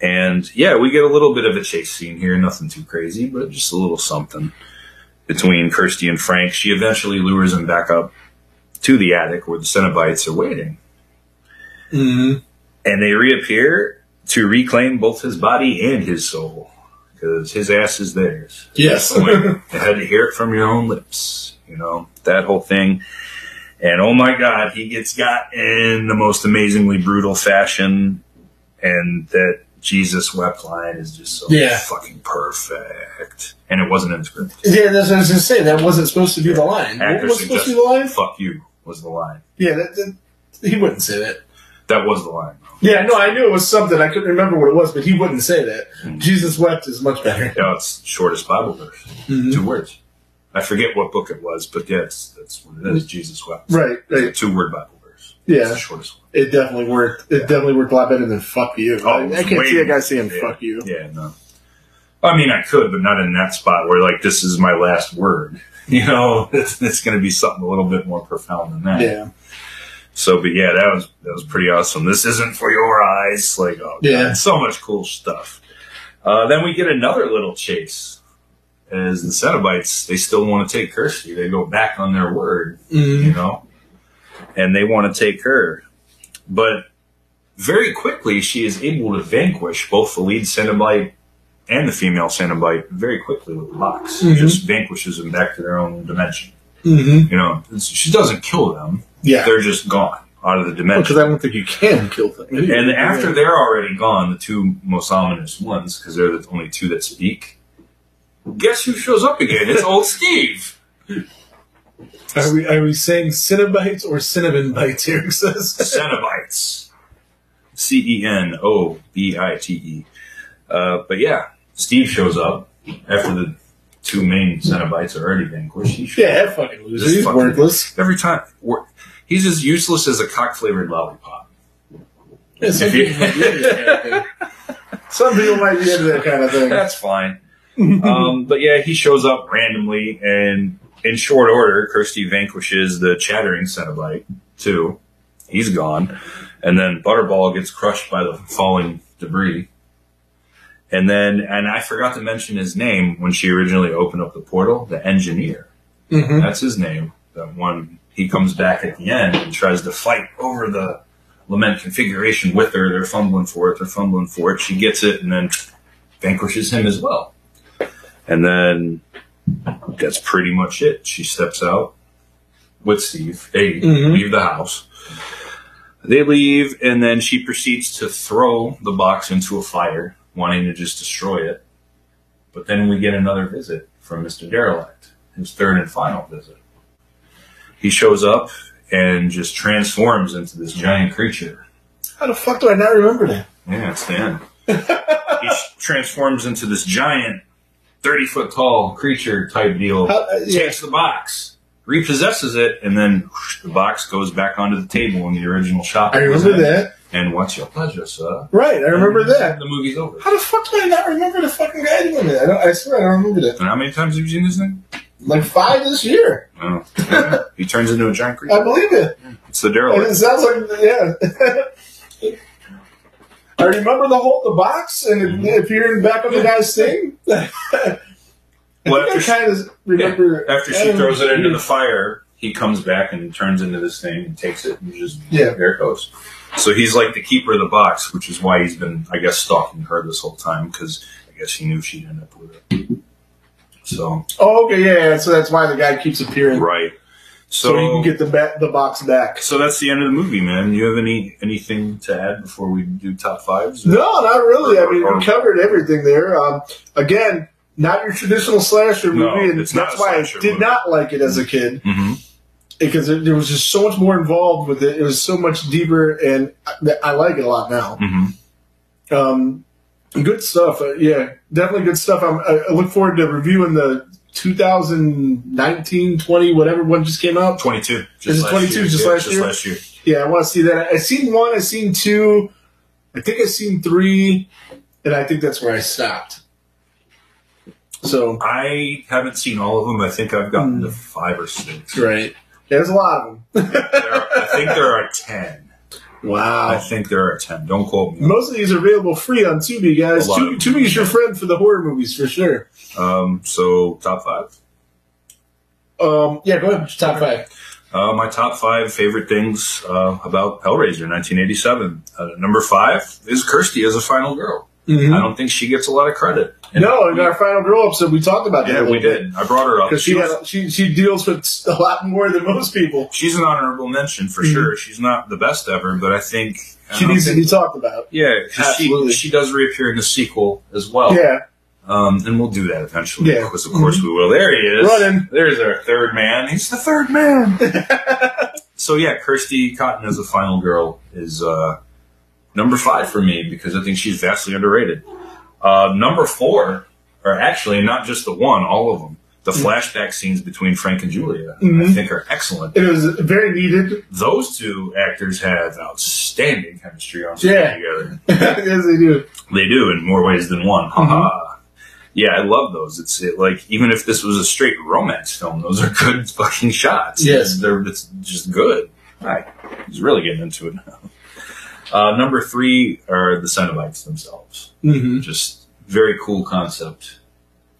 Speaker 4: And yeah, we get a little bit of a chase scene here. Nothing too crazy, but just a little something between Kirsty and Frank. She eventually lures him back up to the attic where the Cenobites are waiting.
Speaker 3: Mm-hmm.
Speaker 4: And they reappear to reclaim both his body and his soul because his ass is theirs
Speaker 3: Yes.
Speaker 4: point. you had to hear it from your own lips, you know, that whole thing. And oh my God, he gets got in the most amazingly brutal fashion. And that Jesus wept line is just so
Speaker 3: Yeah.
Speaker 4: fucking perfect. And it wasn't in the script.
Speaker 3: *laughs* Yeah, that's what I was gonna say. That wasn't supposed to be the line. What
Speaker 4: Actor
Speaker 3: was supposed to be
Speaker 4: suggested,
Speaker 3: the line?
Speaker 4: Fuck you was the line.
Speaker 3: Yeah, that, that, he wouldn't say that.
Speaker 4: That was the line.
Speaker 3: Yeah, no, I knew it was something. I couldn't remember what it was, but he wouldn't say that.
Speaker 4: Hmm.
Speaker 3: Jesus wept is much
Speaker 4: *laughs*
Speaker 3: better.
Speaker 4: Yeah, it's shortest Bible verse.
Speaker 3: Mm-hmm.
Speaker 4: Two words. I forget what book it was, but yeah, it's, that's what it is. Jesus wept.
Speaker 3: Mm-hmm. Right, right.
Speaker 4: Two word Bible verse. It's
Speaker 3: Yeah,
Speaker 4: the shortest one.
Speaker 3: it definitely worked. It definitely worked a lot better than "fuck you."
Speaker 4: Oh,
Speaker 3: I, I can't see a guy saying
Speaker 4: yeah.
Speaker 3: "fuck you."
Speaker 4: Yeah, no. I mean, I could, but not in that spot where, like, this is my last word. *laughs* You know, it's, it's going to be something a little bit more profound than that.
Speaker 3: Yeah,
Speaker 4: So, but yeah, that was that was pretty awesome. This isn't for your eyes. Like, oh, God,
Speaker 3: Yeah.
Speaker 4: so much cool stuff. Uh, then we get another little chase as the Cenobites. They still want to take Kirsty. They go back on their word, you know, and they want to take her. But very quickly, she is able to vanquish both the lead Cenobite and the female Cenobite very quickly with locks. Just vanquishes them back to their own dimension. You know, it's- she doesn't kill them
Speaker 3: yeah.
Speaker 4: they're just gone out of the
Speaker 3: Because
Speaker 4: dimension.
Speaker 3: I don't think you can kill them.
Speaker 4: and after they're already gone, the two most ominous ones, because they're the only two that speak. Guess who shows up again?
Speaker 3: *laughs*
Speaker 4: It's old Steve.
Speaker 3: are we are we saying Cinnabites or cinnamon bites here? Says
Speaker 4: Cenobites. C E N O B I T E. Uh, but yeah, Steve shows up after the two main Cenobites are already vanquished. He shows
Speaker 3: *laughs* yeah,
Speaker 4: up.
Speaker 3: that fucking loser.
Speaker 4: This
Speaker 3: He's
Speaker 4: fucking-
Speaker 3: worthless.
Speaker 4: Every time. we're- He's as useless as a cock flavored lollipop.
Speaker 3: Yeah, some,
Speaker 4: If you-
Speaker 3: people might be into that kind of thing. *laughs* some people might be into that kind of thing.
Speaker 4: *laughs* That's fine. um, but yeah, he shows up randomly, and in short order, Kirsty vanquishes the chattering Cenobite too. He's gone, and then Butterball gets crushed by the falling debris. And then, and I forgot to mention his name when she originally opened up the portal. The engineer, that's his name. That one he comes back at the end and tries to fight over the lament configuration with her. They're fumbling for it. They're fumbling for it. She gets it, and then vanquishes him as well. And then that's pretty much it. She steps out with Steve. They leave the house. They leave, and then she proceeds to throw the box into a fire, wanting to just destroy it. But then we get another visit from Mr. Derelict, his third and final visit. He shows up and just transforms into this giant creature.
Speaker 3: How the fuck do I not remember that?
Speaker 4: Yeah, it's the
Speaker 3: *laughs*
Speaker 4: end. he s- transforms into this giant, 30 foot tall creature type deal.
Speaker 3: How, uh, yeah.
Speaker 4: Takes the box, repossesses it, and then whoosh, the box goes back onto the table in the original shop.
Speaker 3: I
Speaker 4: it was
Speaker 3: remember
Speaker 4: in.
Speaker 3: that.
Speaker 4: And what's your pleasure, sir?
Speaker 3: Right, I remember that.
Speaker 4: The movie's over.
Speaker 3: How the fuck do I not remember the fucking guy doing that? I, don't, I swear I don't remember that.
Speaker 4: And how many times have you seen this thing?
Speaker 3: Like five this year.
Speaker 4: Oh,
Speaker 3: *laughs*
Speaker 4: yeah. he turns into a giant creature.
Speaker 3: I believe it.
Speaker 4: It's the
Speaker 3: And it
Speaker 4: derelict.
Speaker 3: sounds like yeah. *laughs* I remember the whole the box and it appearing back on the guy's thing. *laughs* I
Speaker 4: Well,
Speaker 3: think I
Speaker 4: after she-
Speaker 3: kind of
Speaker 4: Yeah.
Speaker 3: remember
Speaker 4: After she throws it into the fire, he comes back and turns into this thing and takes it and just
Speaker 3: Yeah.
Speaker 4: there it goes. So he's like the keeper of the box, which is why he's been, I guess, stalking her this whole time because I guess he knew she'd end up with it. So
Speaker 3: Oh, okay, yeah, yeah. So that's why the guy keeps appearing,
Speaker 4: right.
Speaker 3: so,
Speaker 4: So,
Speaker 3: he can get the ba- the box back.
Speaker 4: so that's the end of the movie, man. You have any anything to add before we do top fives?
Speaker 3: No, not really. I mean, we covered everything there. Um, again, not your traditional slasher movie,
Speaker 4: No,
Speaker 3: and
Speaker 4: it's not
Speaker 3: that's
Speaker 4: a
Speaker 3: why I
Speaker 4: slasher
Speaker 3: did
Speaker 4: movie.
Speaker 3: not like it as a kid.
Speaker 4: hmm
Speaker 3: because there, there was just so much more involved with it. It was so much deeper, and I, I like it a lot now.
Speaker 4: hmm
Speaker 3: Um, good stuff. Uh, yeah, definitely good stuff. I'm, I, I look forward to reviewing the 2019, 20, whatever one just came out.
Speaker 4: Twenty two.
Speaker 3: Is it 22, just last
Speaker 4: just
Speaker 3: year?
Speaker 4: last year.
Speaker 3: Yeah, I want to see that. I, I seen one. I seen two. I think I seen three, and I think that's where I stopped. So
Speaker 4: I haven't seen all of them. I think I've gotten
Speaker 3: Hmm.
Speaker 4: to five or six.
Speaker 3: right, there's a lot of them.
Speaker 4: There are- I think there are ten. I
Speaker 3: wow.
Speaker 4: think there are ten. Don't quote me.
Speaker 3: Most of these are available free on Tubi, guys.
Speaker 4: A lot
Speaker 3: Tubi,
Speaker 4: of them.
Speaker 3: Tubi is your friend for the horror movies for sure.
Speaker 4: Um, so top five.
Speaker 3: Um, yeah, go ahead. Top five.
Speaker 4: Uh, my top five favorite things uh, about Hellraiser 1987. Uh, number five is Kirsty as a final girl.
Speaker 3: Mm-hmm.
Speaker 4: I don't think she gets a lot of credit. And-
Speaker 3: No, in our final grow up, so we talked about that.
Speaker 4: yeah, we did. I brought her up.
Speaker 3: because she
Speaker 4: She was-
Speaker 3: had, she she deals with *laughs* a lot more than most people.
Speaker 4: she's an honorable mention for sure. She's not the best ever, but I think I
Speaker 3: Mm-hmm. She
Speaker 4: don't
Speaker 3: needs to
Speaker 4: think-
Speaker 3: be talked about.
Speaker 4: Yeah, 'cause she
Speaker 3: Absolutely.
Speaker 4: she does reappear in the sequel as well.
Speaker 3: Yeah,
Speaker 4: Um, and we'll do that eventually.
Speaker 3: Yeah.
Speaker 4: Because of course we will. There he is.
Speaker 3: Running.
Speaker 4: There's our third man. He's the third
Speaker 3: *laughs*
Speaker 4: man. so yeah, Kirsty Cotton as a final girl is uh, number five for me because I think she's vastly underrated. Uh, number four, or actually not just the one, all of them. The flashback scenes between Frank and Julia,
Speaker 3: Mm-hmm.
Speaker 4: I think, are excellent.
Speaker 3: it was very needed. *laughs*
Speaker 4: Those two actors have outstanding chemistry on screen
Speaker 3: Yeah.
Speaker 4: together.
Speaker 3: yes, they do.
Speaker 4: They do in more ways than one.
Speaker 3: Mm-hmm.
Speaker 4: Haha. Yeah, I love those. It's it, like even if this was a straight romance film, those are good *laughs* fucking shots.
Speaker 3: Yes.
Speaker 4: they're it's just good. I was really getting into it now. Uh, number three are the Cenobites themselves.
Speaker 3: Mm-hmm.
Speaker 4: Just very cool concept.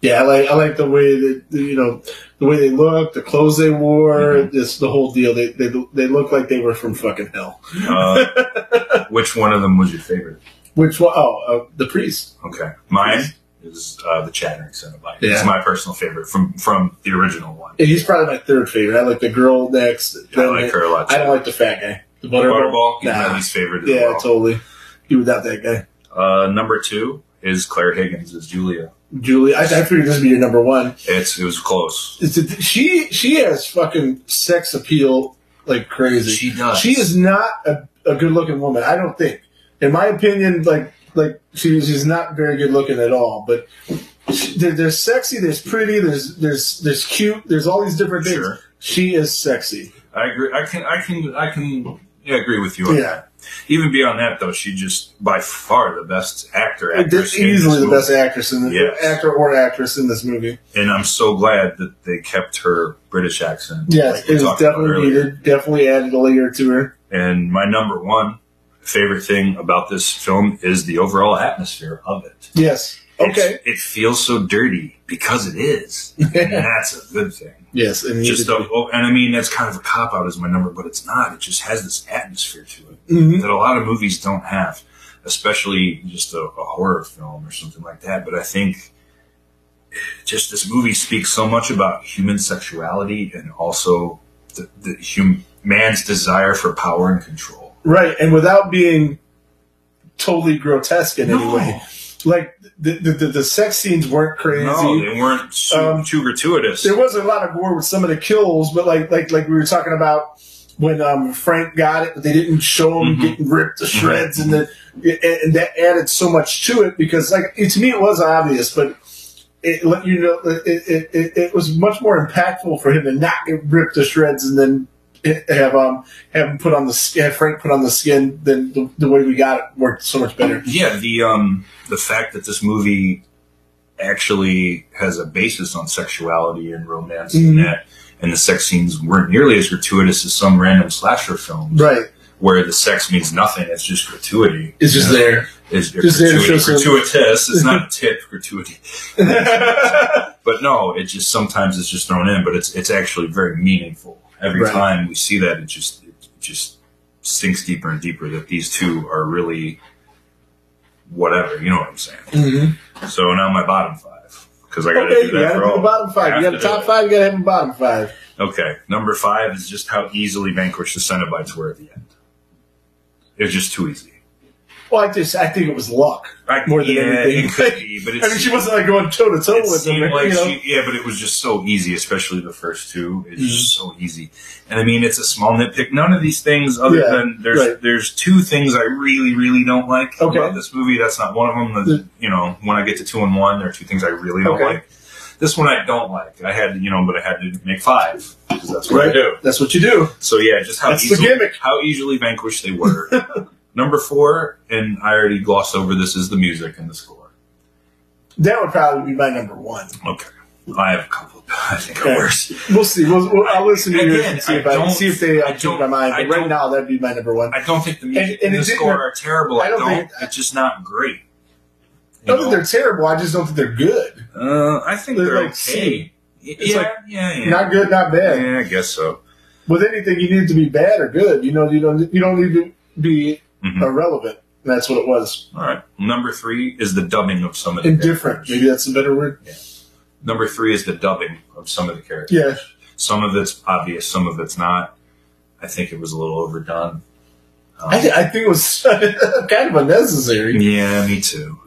Speaker 3: Yeah, I like I like the way that you know the way they looked, the clothes they wore, just the whole deal. They they they looked like they were from fucking hell.
Speaker 4: Uh,
Speaker 3: *laughs*
Speaker 4: which one of them was your favorite?
Speaker 3: Which one? Oh, uh, the priest.
Speaker 4: Okay, mine is uh, the Chattering Cenobite.
Speaker 3: Yeah.
Speaker 4: It's my personal favorite from from the original one.
Speaker 3: And he's probably my third favorite. I like the girl next.
Speaker 4: I like her a lot.
Speaker 3: I don't like the fat guy. The
Speaker 4: Butterball. He's
Speaker 3: Nah.
Speaker 4: my least favorite. as
Speaker 3: Yeah,
Speaker 4: well.
Speaker 3: totally. Be without that guy.
Speaker 4: Uh, number two is Claire Higgins as Julia.
Speaker 3: Julie, I, I figured this would be your number one.
Speaker 4: It's it was close.
Speaker 3: It's a, she she has fucking sex appeal like crazy.
Speaker 4: She does.
Speaker 3: She is not a, a good looking woman. I don't think, in my opinion, like like she, she's not very good looking at all. But she, there, there's sexy, there's pretty, there's there's there's cute, there's all these different things.
Speaker 4: Sure.
Speaker 3: She is sexy.
Speaker 4: I agree. I can I can I can yeah, agree with you. on
Speaker 3: Yeah,
Speaker 4: that. Even beyond that though, she just by far the best actor. Actress in this
Speaker 3: easily the
Speaker 4: movie.
Speaker 3: best actress in the,
Speaker 4: Yes.
Speaker 3: actor or actress in this movie.
Speaker 4: And I'm so glad that they kept her British accent.
Speaker 3: Yes,
Speaker 4: like we
Speaker 3: it was
Speaker 4: talked about
Speaker 3: definitely
Speaker 4: earlier.
Speaker 3: needed. Definitely added a layer to her.
Speaker 4: And my number one favorite thing about this film is the overall atmosphere of it.
Speaker 3: Yes.
Speaker 4: It's-
Speaker 3: Okay.
Speaker 4: it feels so dirty because
Speaker 3: *laughs*
Speaker 4: it is, and that's a good thing.
Speaker 3: Yes, and needed
Speaker 4: just the,
Speaker 3: to be-
Speaker 4: oh, and I mean that's kind of a cop out as my number, but it's not. It just has this atmosphere to it
Speaker 3: Mm-hmm.
Speaker 4: that a lot of movies don't have, especially just a, a horror film or something like that. But I think just this movie speaks so much about human sexuality and also the, the hum, man's desire for power and control.
Speaker 3: Right, and without being totally grotesque in any
Speaker 4: No.
Speaker 3: way. Like the the, the, the sex scenes weren't crazy.
Speaker 4: No, they weren't su-
Speaker 3: Um,
Speaker 4: too gratuitous.
Speaker 3: there was a lot of gore with some of the kills, but like like like we were talking about when um, Frank got it, but they didn't show him
Speaker 4: Mhm.
Speaker 3: getting ripped to shreds, and then and, and that added so much to it because like it, to me it was obvious, but it let you know it it, it it was much more impactful for him to not get ripped to shreds and then have um have him put on the skin, have Frank put on the skin than the, the way we got it worked so much better.
Speaker 4: yeah, the um, the fact that this movie actually has a basis on sexuality and romance and
Speaker 3: Mhm.
Speaker 4: that, and the sex scenes weren't nearly as gratuitous as some random slasher films
Speaker 3: Right,
Speaker 4: where the sex means nothing; it's just gratuity.
Speaker 3: it's just there.
Speaker 4: It's
Speaker 3: Just there to
Speaker 4: gratuity-
Speaker 3: show some-
Speaker 4: gratuitous. It's not
Speaker 3: *laughs*
Speaker 4: a tip gratuity. *laughs* But no, it just sometimes it's just thrown in, but it's it's actually very meaningful. Every
Speaker 3: Right.
Speaker 4: time we see that, it just it just sinks deeper and deeper that these two are really whatever. You know what I'm saying?
Speaker 3: mm-hmm.
Speaker 4: So now my bottom five because I got to
Speaker 3: Okay,
Speaker 4: do
Speaker 3: you
Speaker 4: that
Speaker 3: gotta
Speaker 4: for
Speaker 3: do
Speaker 4: all.
Speaker 3: the bottom
Speaker 4: I
Speaker 3: five. You
Speaker 4: have
Speaker 3: got the
Speaker 4: to do
Speaker 3: top
Speaker 4: it.
Speaker 3: five, you gotta have a bottom five.
Speaker 4: Okay, number five is just how easily vanquished the Cenobites were at the end. It was just too easy.
Speaker 3: Well, I just I think it was luck
Speaker 4: I-
Speaker 3: more than
Speaker 4: yeah,
Speaker 3: anything.
Speaker 4: it
Speaker 3: *laughs*
Speaker 4: could be, but
Speaker 3: I mean,
Speaker 4: it's-
Speaker 3: she wasn't like going toe to toe
Speaker 4: It
Speaker 3: with
Speaker 4: seemed
Speaker 3: him.
Speaker 4: like
Speaker 3: you know?
Speaker 4: she, yeah, but it was just so easy, especially the first two. It's just
Speaker 3: Mm-hmm.
Speaker 4: so easy, and I mean, it's a small nitpick. None of these things, other
Speaker 3: Yeah,
Speaker 4: than there's
Speaker 3: right.
Speaker 4: there's two things I really really don't like
Speaker 3: Okay.
Speaker 4: about this movie. That's not one of them.
Speaker 3: The-
Speaker 4: That, you know, when I get to two and one, there are two things I really don't
Speaker 3: Okay.
Speaker 4: like. This one I don't like. I had you know, but I had to make five because that's what I
Speaker 3: right?
Speaker 4: do.
Speaker 3: That's what you do.
Speaker 4: So yeah, just how
Speaker 3: That's the
Speaker 4: easily,
Speaker 3: gimmick.
Speaker 4: how easily vanquished
Speaker 3: *laughs*
Speaker 4: they were. Number four, and I already glossed over this is the music and the score.
Speaker 3: That would probably be my number one.
Speaker 4: Okay, I have a couple. *laughs* I think
Speaker 3: Okay.
Speaker 4: are worse.
Speaker 3: We'll see. We'll, we'll, I'll listen to you
Speaker 4: Again,
Speaker 3: and see if
Speaker 4: I
Speaker 3: I,
Speaker 4: don't-
Speaker 3: see if they
Speaker 4: I
Speaker 3: uh, change
Speaker 4: don't-
Speaker 3: my mind.
Speaker 4: I
Speaker 3: But right
Speaker 4: don't-
Speaker 3: now, that'd be my number one.
Speaker 4: I don't think the music
Speaker 3: And- and
Speaker 4: and,
Speaker 3: it
Speaker 4: the
Speaker 3: didn't-
Speaker 4: score are terrible. I,
Speaker 3: I
Speaker 4: don't.
Speaker 3: don't think-
Speaker 4: it's just not
Speaker 3: I
Speaker 4: great. You
Speaker 3: don't think
Speaker 4: know?
Speaker 3: they're terrible. I just don't think they're good.
Speaker 4: uh, I think
Speaker 3: they're
Speaker 4: they're,
Speaker 3: like
Speaker 4: okay.
Speaker 3: C.
Speaker 4: Y-
Speaker 3: It's
Speaker 4: yeah,
Speaker 3: like
Speaker 4: yeah, yeah.
Speaker 3: Not good, not bad.
Speaker 4: Yeah, I guess so.
Speaker 3: With anything, you need to be bad or good. You know, you don't you don't need to be
Speaker 4: Mhm.
Speaker 3: irrelevant. And that's what it was.
Speaker 4: All right. Number three is the dubbing of some of the
Speaker 3: Indifferent.
Speaker 4: characters.
Speaker 3: Maybe that's a better word.
Speaker 4: Number three is the dubbing of some of the characters.
Speaker 3: Yeah.
Speaker 4: Some of it's obvious, some of it's not. I think it was a little overdone. Um,
Speaker 3: I, I think it was *laughs* kind of unnecessary.
Speaker 4: Yeah, me too.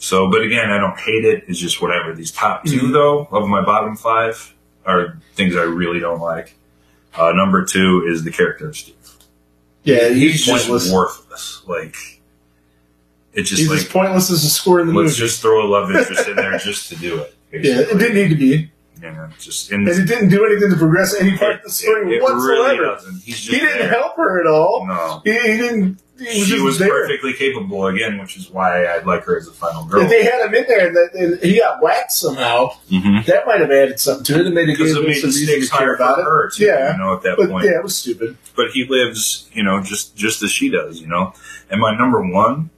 Speaker 4: So, but again, I don't hate it. It's just whatever. These top 2
Speaker 3: Mhm.
Speaker 4: though, of my bottom five, are things I really don't like. Uh, number two is the character of Steve.
Speaker 3: Yeah,
Speaker 4: He's
Speaker 3: he's,
Speaker 4: just
Speaker 3: pointless.
Speaker 4: worthless. Like, it's just
Speaker 3: he's
Speaker 4: like,
Speaker 3: as pointless as a score in the movie.
Speaker 4: let's just throw a love interest
Speaker 3: *laughs*
Speaker 4: in there just to do it.
Speaker 3: yeah, it didn't need to be,
Speaker 4: You know, just in
Speaker 3: and it didn't do anything to progress any part of the story
Speaker 4: it really
Speaker 3: whatsoever.
Speaker 4: doesn't. He's just
Speaker 3: he didn't
Speaker 4: there.
Speaker 3: help her at all.
Speaker 4: No.
Speaker 3: He, he didn't. He was
Speaker 4: she
Speaker 3: just
Speaker 4: was
Speaker 3: there.
Speaker 4: perfectly capable again, which is why I like her as a final girl.
Speaker 3: If they had him in there and, that, and he got whacked somehow,
Speaker 4: Mhm.
Speaker 3: that might have added something to it and made it
Speaker 4: Because
Speaker 3: give
Speaker 4: it
Speaker 3: him
Speaker 4: made
Speaker 3: some
Speaker 4: the
Speaker 3: reason
Speaker 4: stakes
Speaker 3: to care
Speaker 4: higher for
Speaker 3: about it.
Speaker 4: her, too,
Speaker 3: yeah,
Speaker 4: you know, at that
Speaker 3: but
Speaker 4: point.
Speaker 3: yeah, it was stupid.
Speaker 4: but he lives, you know, just just as she does, you know. And my number one,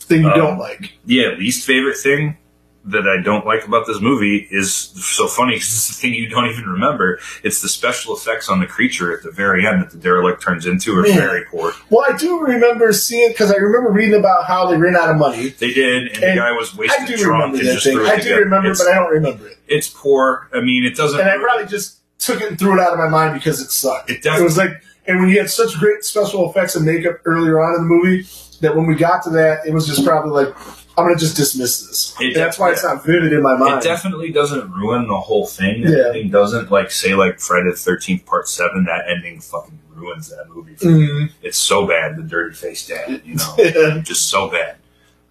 Speaker 3: Thing you
Speaker 4: Um,
Speaker 3: don't like.
Speaker 4: yeah, least favorite thing that I don't like about this movie is so funny *laughs* 'cause it's the thing you don't even remember. It's the special effects on the creature at the very end that the derelict turns into are
Speaker 3: Man.
Speaker 4: very poor.
Speaker 3: Well, I do remember seeing because I remember reading about how they ran out of money.
Speaker 4: They did, and, the
Speaker 3: And
Speaker 4: guy was
Speaker 3: I
Speaker 4: wasted
Speaker 3: do
Speaker 4: drunk
Speaker 3: remember
Speaker 4: and
Speaker 3: that
Speaker 4: just
Speaker 3: thing.
Speaker 4: threw it
Speaker 3: I do
Speaker 4: together.
Speaker 3: remember,
Speaker 4: it's,
Speaker 3: but I don't remember it.
Speaker 4: it's poor. I mean, it doesn't.
Speaker 3: and I probably just took it and threw it out of my mind because it sucked.
Speaker 4: It does-
Speaker 3: was like, and when you had such great special effects and makeup earlier on in the movie, that when we got to that, it was just probably like, I'm gonna just dismiss this.
Speaker 4: It
Speaker 3: And that's why
Speaker 4: def-
Speaker 3: it's not vivid in my
Speaker 4: it
Speaker 3: mind.
Speaker 4: definitely doesn't ruin the whole thing.
Speaker 3: Yeah.
Speaker 4: Everything doesn't like say like Friday the Thirteenth Part Seven. That ending fucking ruins that movie. For me.
Speaker 3: Mhm.
Speaker 4: It's so bad, the dirty face dad, you know,
Speaker 3: *laughs* Yeah.
Speaker 4: just so bad.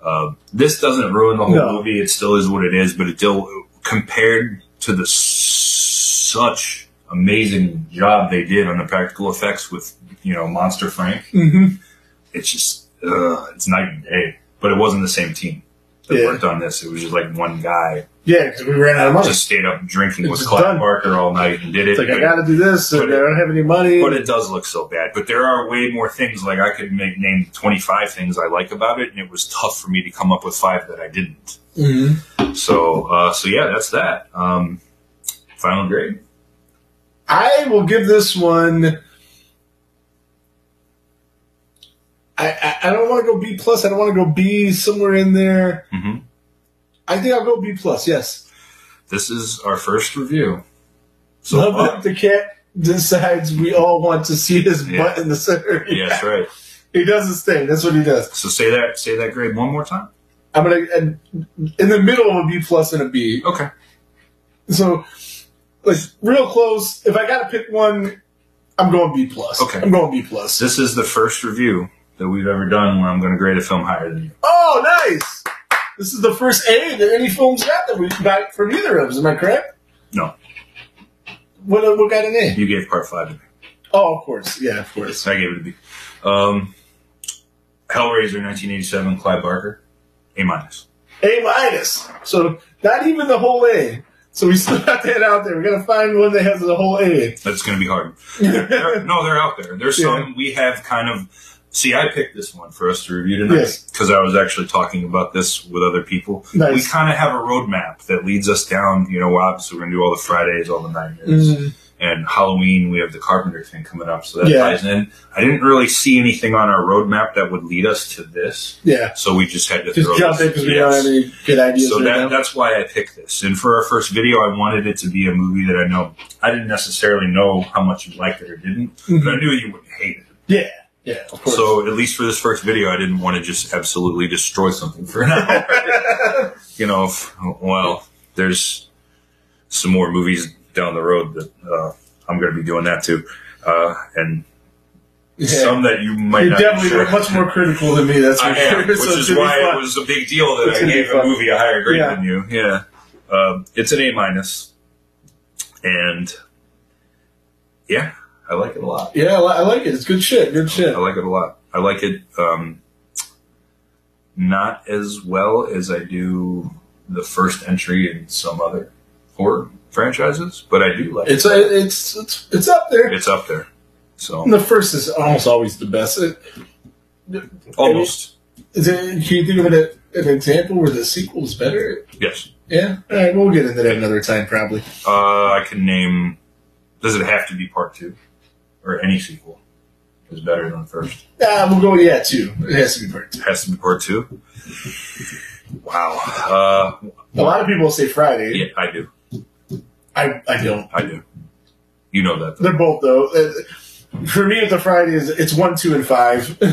Speaker 4: Uh, this doesn't ruin the whole
Speaker 3: No.
Speaker 4: movie. It still is what it is, but it still compared to the s- such amazing job they did on the practical effects with you know Monster Frank.
Speaker 3: Mhm.
Speaker 4: It's just uh, it's night and day. But it wasn't the same team that
Speaker 3: Yeah.
Speaker 4: worked on this. It was just like one guy
Speaker 3: Yeah, because we ran out of money.
Speaker 4: just stayed up drinking
Speaker 3: It's
Speaker 4: with
Speaker 3: just
Speaker 4: Clive
Speaker 3: done.
Speaker 4: Barker all night and did it.
Speaker 3: It's like
Speaker 4: but
Speaker 3: I gotta do this, and
Speaker 4: but it-
Speaker 3: I don't have any money.
Speaker 4: but it does look so bad. But there are way more things. Like I could make name twenty five things I like about it, and it was tough for me to come up with five that I didn't.
Speaker 3: Mhm.
Speaker 4: So, uh, so yeah, that's that. Um, final grade.
Speaker 3: I will give this one. I, I, I don't want to go B plus. I don't want to go B somewhere in there.
Speaker 4: Mhm.
Speaker 3: I think I'll go B plus. Yes.
Speaker 4: This is our first review. So
Speaker 3: Love
Speaker 4: far.
Speaker 3: that *laughs* the cat decides we all want to see his
Speaker 4: Yeah.
Speaker 3: butt in the center.
Speaker 4: Yeah, that's right.
Speaker 3: *laughs* He does his thing. That's what he does.
Speaker 4: So say that say that grade one more time.
Speaker 3: I'm gonna and in the middle of a B plus and a B.
Speaker 4: Okay.
Speaker 3: So like real close. If I gotta pick one, I'm going B plus.
Speaker 4: Okay.
Speaker 3: I'm going B plus.
Speaker 4: This is the first review that we've ever done where I'm going to grade a film higher than you.
Speaker 3: Oh, nice. This is the first A that any film's got that we got from either of us. Am I correct?
Speaker 4: No,
Speaker 3: What what got an A?
Speaker 4: you gave part five to me.
Speaker 3: Oh, of course. Yeah, of course.
Speaker 4: I gave it a B. Um, Hellraiser, 1987, Clyde Barker, A minus.
Speaker 3: A minus. So not even the whole A. So we still *laughs* got that out there. We gotta find one that has the whole A.
Speaker 4: That's going to be hard.
Speaker 3: *laughs*
Speaker 4: They're- no, they're out there. There's some we have kind of. See, I picked this one for us to review tonight
Speaker 3: Yes.
Speaker 4: because I was actually talking about this with other people.
Speaker 3: Nice.
Speaker 4: We kind of have a roadmap that leads us down. You know, obviously we're going to do all the Fridays, all the nightmares,
Speaker 3: Mhm.
Speaker 4: and Halloween. We have the Carpenter thing coming up, so that
Speaker 3: Yeah.
Speaker 4: ties in. I didn't really see anything on our roadmap that would lead us to this,
Speaker 3: Yeah.
Speaker 4: so we just had to
Speaker 3: Just
Speaker 4: throw
Speaker 3: jump in
Speaker 4: this-
Speaker 3: because we
Speaker 4: Yes.
Speaker 3: don't have any good ideas
Speaker 4: So
Speaker 3: right now.
Speaker 4: that, that's why I picked this. And for our first video, I wanted it to be a movie that I know I didn't necessarily know how much you liked it or didn't, but I knew you would hate it.
Speaker 3: Yeah, yeah, of Mm-hmm. course.
Speaker 4: So at least for this first video, I didn't want to just absolutely destroy something for an hour.
Speaker 3: *laughs*
Speaker 4: you know, f- well, there's some more movies down the road that uh, I'm going to be doing that too, uh, and
Speaker 3: Yeah.
Speaker 4: some that you might
Speaker 3: you
Speaker 4: not be
Speaker 3: definitely
Speaker 4: sure.
Speaker 3: were much more critical than me. That's for
Speaker 4: I
Speaker 3: sure. *laughs*
Speaker 4: am, which
Speaker 3: So
Speaker 4: is
Speaker 3: it should be
Speaker 4: why
Speaker 3: fun.
Speaker 4: it was a big deal that
Speaker 3: It's
Speaker 4: I
Speaker 3: gonna be
Speaker 4: gave a
Speaker 3: fun.
Speaker 4: movie a higher grade
Speaker 3: Yeah.
Speaker 4: than you. Yeah, um, it's an A minus, and yeah, I like it a lot.
Speaker 3: Yeah, I, li- I like it. It's good shit. Good shit.
Speaker 4: I like it a lot. I like it um, not as well as I do the first entry in some other horror franchises, but I do like
Speaker 3: It's uh,
Speaker 4: it.
Speaker 3: it's it's it's up there.
Speaker 4: It's up there, so
Speaker 3: the first is almost always the best. It-
Speaker 4: almost
Speaker 3: Is it, can you think of it, an example where the sequel is better?
Speaker 4: yes.
Speaker 3: Yeah. All right, we'll get into that another time probably.
Speaker 4: Uh, I can name. Does it have to be part two, or any sequel is better than first?
Speaker 3: Ah, we'll go with yeah too. It has to be part two.
Speaker 4: Has to be part two. Wow. Uh,
Speaker 3: A lot of people say Friday.
Speaker 4: yeah, I do.
Speaker 3: I I don't.
Speaker 4: I do. You know that. Though.
Speaker 3: They're both though. Uh, For me, it's a Friday. Is it's one, two, and five. *laughs*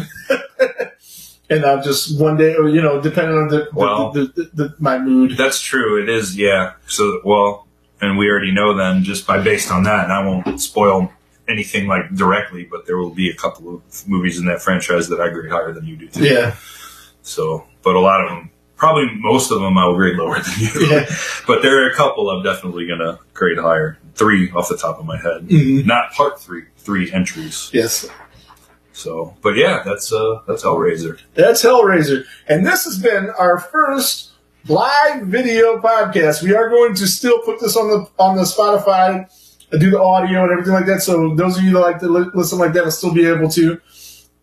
Speaker 3: And I'm just one day, or you know, depending on the, the,
Speaker 4: Well-
Speaker 3: the, the, the my mood.
Speaker 4: That's true. It is. Yeah. So well, and we already know then just by based on that, and I won't spoil anything like directly, but there will be a couple of movies in that franchise that I grade higher than you do too.
Speaker 3: Yeah, *laughs*
Speaker 4: So, but a lot of them, probably most of them, I will grade lower than you.
Speaker 3: Yeah.
Speaker 4: But there are a couple I'm definitely gonna grade higher. Three off the top of my head,
Speaker 3: Mhm.
Speaker 4: not part three, three entries.
Speaker 3: yes.
Speaker 4: So, but yeah, that's uh, that's Hellraiser.
Speaker 3: That's Hellraiser. And this has been our first live video podcast. We are going to still put this on the on the Spotify, uh, do the audio and everything like that. So those of you that like to li- listen like that will still be able to.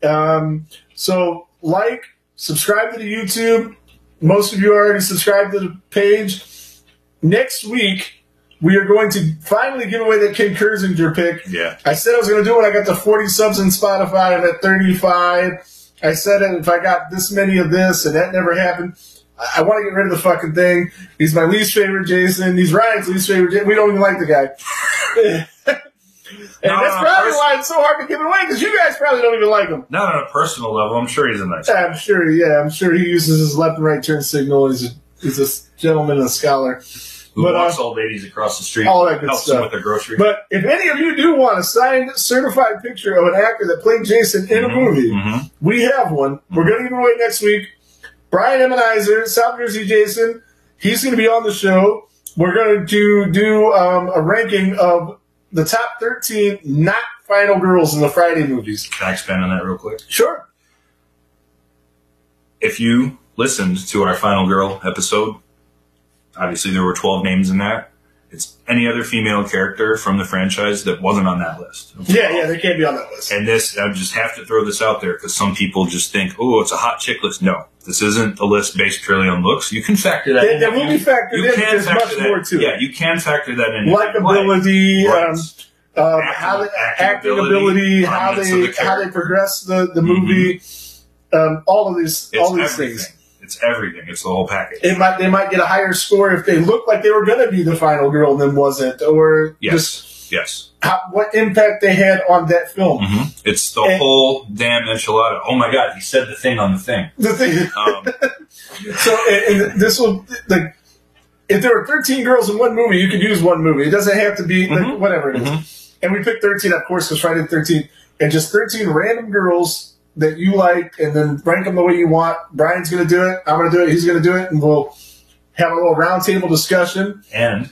Speaker 3: Um, so like, subscribe to the YouTube. Most of you already subscribed to the page. Next week, we are going to finally give away that Ken Kurzinger pick.
Speaker 4: Yeah,
Speaker 3: I said I was going to do it. I got to 40 subs on Spotify. I'm at 35. I said it if I got this many of this, and that never happened. I, I want to get rid of the fucking thing. He's my least favorite Jason. He's Ryan's least favorite. Ja- We don't even like the guy. *laughs* and that's
Speaker 4: no,
Speaker 3: probably
Speaker 4: pers-
Speaker 3: why it's so hard to give it away because you guys probably don't even like him.
Speaker 4: not on a personal level. I'm sure he's a nice.
Speaker 3: I'm sure. Yeah, I'm sure he uses his left and right turn signal. He's a, he's a gentleman and a scholar.
Speaker 4: Who
Speaker 3: But, uh,
Speaker 4: walks old ladies across the street?
Speaker 3: all that good
Speaker 4: helps
Speaker 3: stuff.
Speaker 4: them with their grocery.
Speaker 3: But if any of you do want a signed, certified picture of an actor that played Jason in a movie,
Speaker 4: Mhm.
Speaker 3: We have one. We're going to give it away next week. Brian Emanizer, South Jersey Jason, he's going to be on the show. We're going to do um, a ranking of the top 13 not final girls in the Friday movies.
Speaker 4: Can I expand on that real quick?
Speaker 3: Sure.
Speaker 4: If you listened to our final girl episode, obviously there were 12 names in there. It's any other female character from the franchise that wasn't on that list.
Speaker 3: Yeah, yeah, they can't be on that list.
Speaker 4: And this, I just have to throw this out there because some people just think, oh, it's a hot chick list. No, this isn't a list based purely on looks. You can factor that
Speaker 3: That-
Speaker 4: in.
Speaker 3: that will be factored in, but there's much
Speaker 4: that.
Speaker 3: more to it.
Speaker 4: Yeah, you can factor that in. if you like.
Speaker 3: Likability,
Speaker 4: Right.
Speaker 3: um, um,
Speaker 4: Acting-
Speaker 3: how they,
Speaker 4: acting
Speaker 3: acting
Speaker 4: ability,
Speaker 3: ability, how
Speaker 4: prominence
Speaker 3: they
Speaker 4: of the
Speaker 3: how they
Speaker 4: character. Mm-hmm.
Speaker 3: progress the, the movie, um, all of these
Speaker 4: it's
Speaker 3: all these
Speaker 4: everything.
Speaker 3: things.
Speaker 4: It's everything. It's the whole package.
Speaker 3: it might they might get a higher score if they looked like they were gonna be the final girl and then wasn't, or
Speaker 4: yes.
Speaker 3: just
Speaker 4: Yes.
Speaker 3: how, what impact they had on that film.
Speaker 4: Mhm. It's the
Speaker 3: And-
Speaker 4: whole damn enchilada. Oh my god, he said the thing on the thing.
Speaker 3: The thing, *laughs*
Speaker 4: Um,
Speaker 3: so and, and this will like if there were thirteen girls in one movie, you could use one movie. It doesn't have to be like
Speaker 4: Mhm.
Speaker 3: whatever it is. And we picked thirteen, of course, because Friday the Thirteenth, and just thirteen random girls that you like, and then rank them the way you want. Brian's going to do it. I'm going to do it. He's going to do it, and we'll have a little roundtable discussion.
Speaker 4: and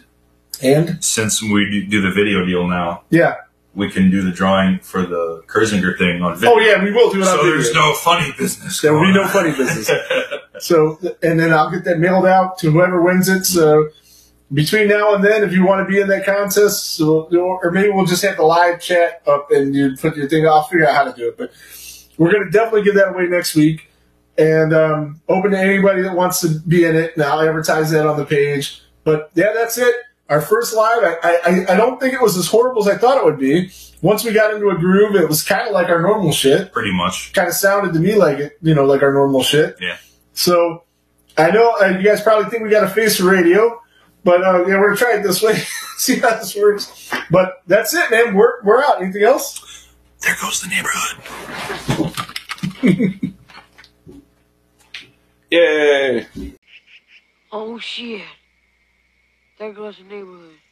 Speaker 3: And
Speaker 4: since we do- do the video deal now,
Speaker 3: yeah,
Speaker 4: we can do the drawing for the Kurzinger thing on video.
Speaker 3: oh yeah, we will do it on
Speaker 4: So
Speaker 3: video.
Speaker 4: there's no funny
Speaker 3: *laughs*
Speaker 4: business.
Speaker 3: There will be
Speaker 4: going
Speaker 3: no
Speaker 4: on.
Speaker 3: funny business. So, and then I'll get that mailed out to whoever wins it. So, between now and then, if you want to be in that contest, so, or maybe we'll just have the live chat up and you put your thing. I'll figure out how to do it, but we're going to definitely give that away next week. And um, open to anybody that wants to be in it. And I'll advertise that on the page. But yeah, that's it. Our first live. I, I, I- I don't think it was as horrible as I thought it would be. Once we got into a groove, it was kind of like our normal shit
Speaker 4: Pretty much.
Speaker 3: kind of sounded to me like it, you know, like our normal shit.
Speaker 4: Yeah.
Speaker 3: So I know uh, you guys probably think we got a face for radio, but uh, yeah, we're gonna try it this way, *laughs* see how this works. But that's it, man. We're we're out. Anything else?
Speaker 4: There goes the neighborhood. Yay.
Speaker 5: Oh shit. There goes the neighborhood.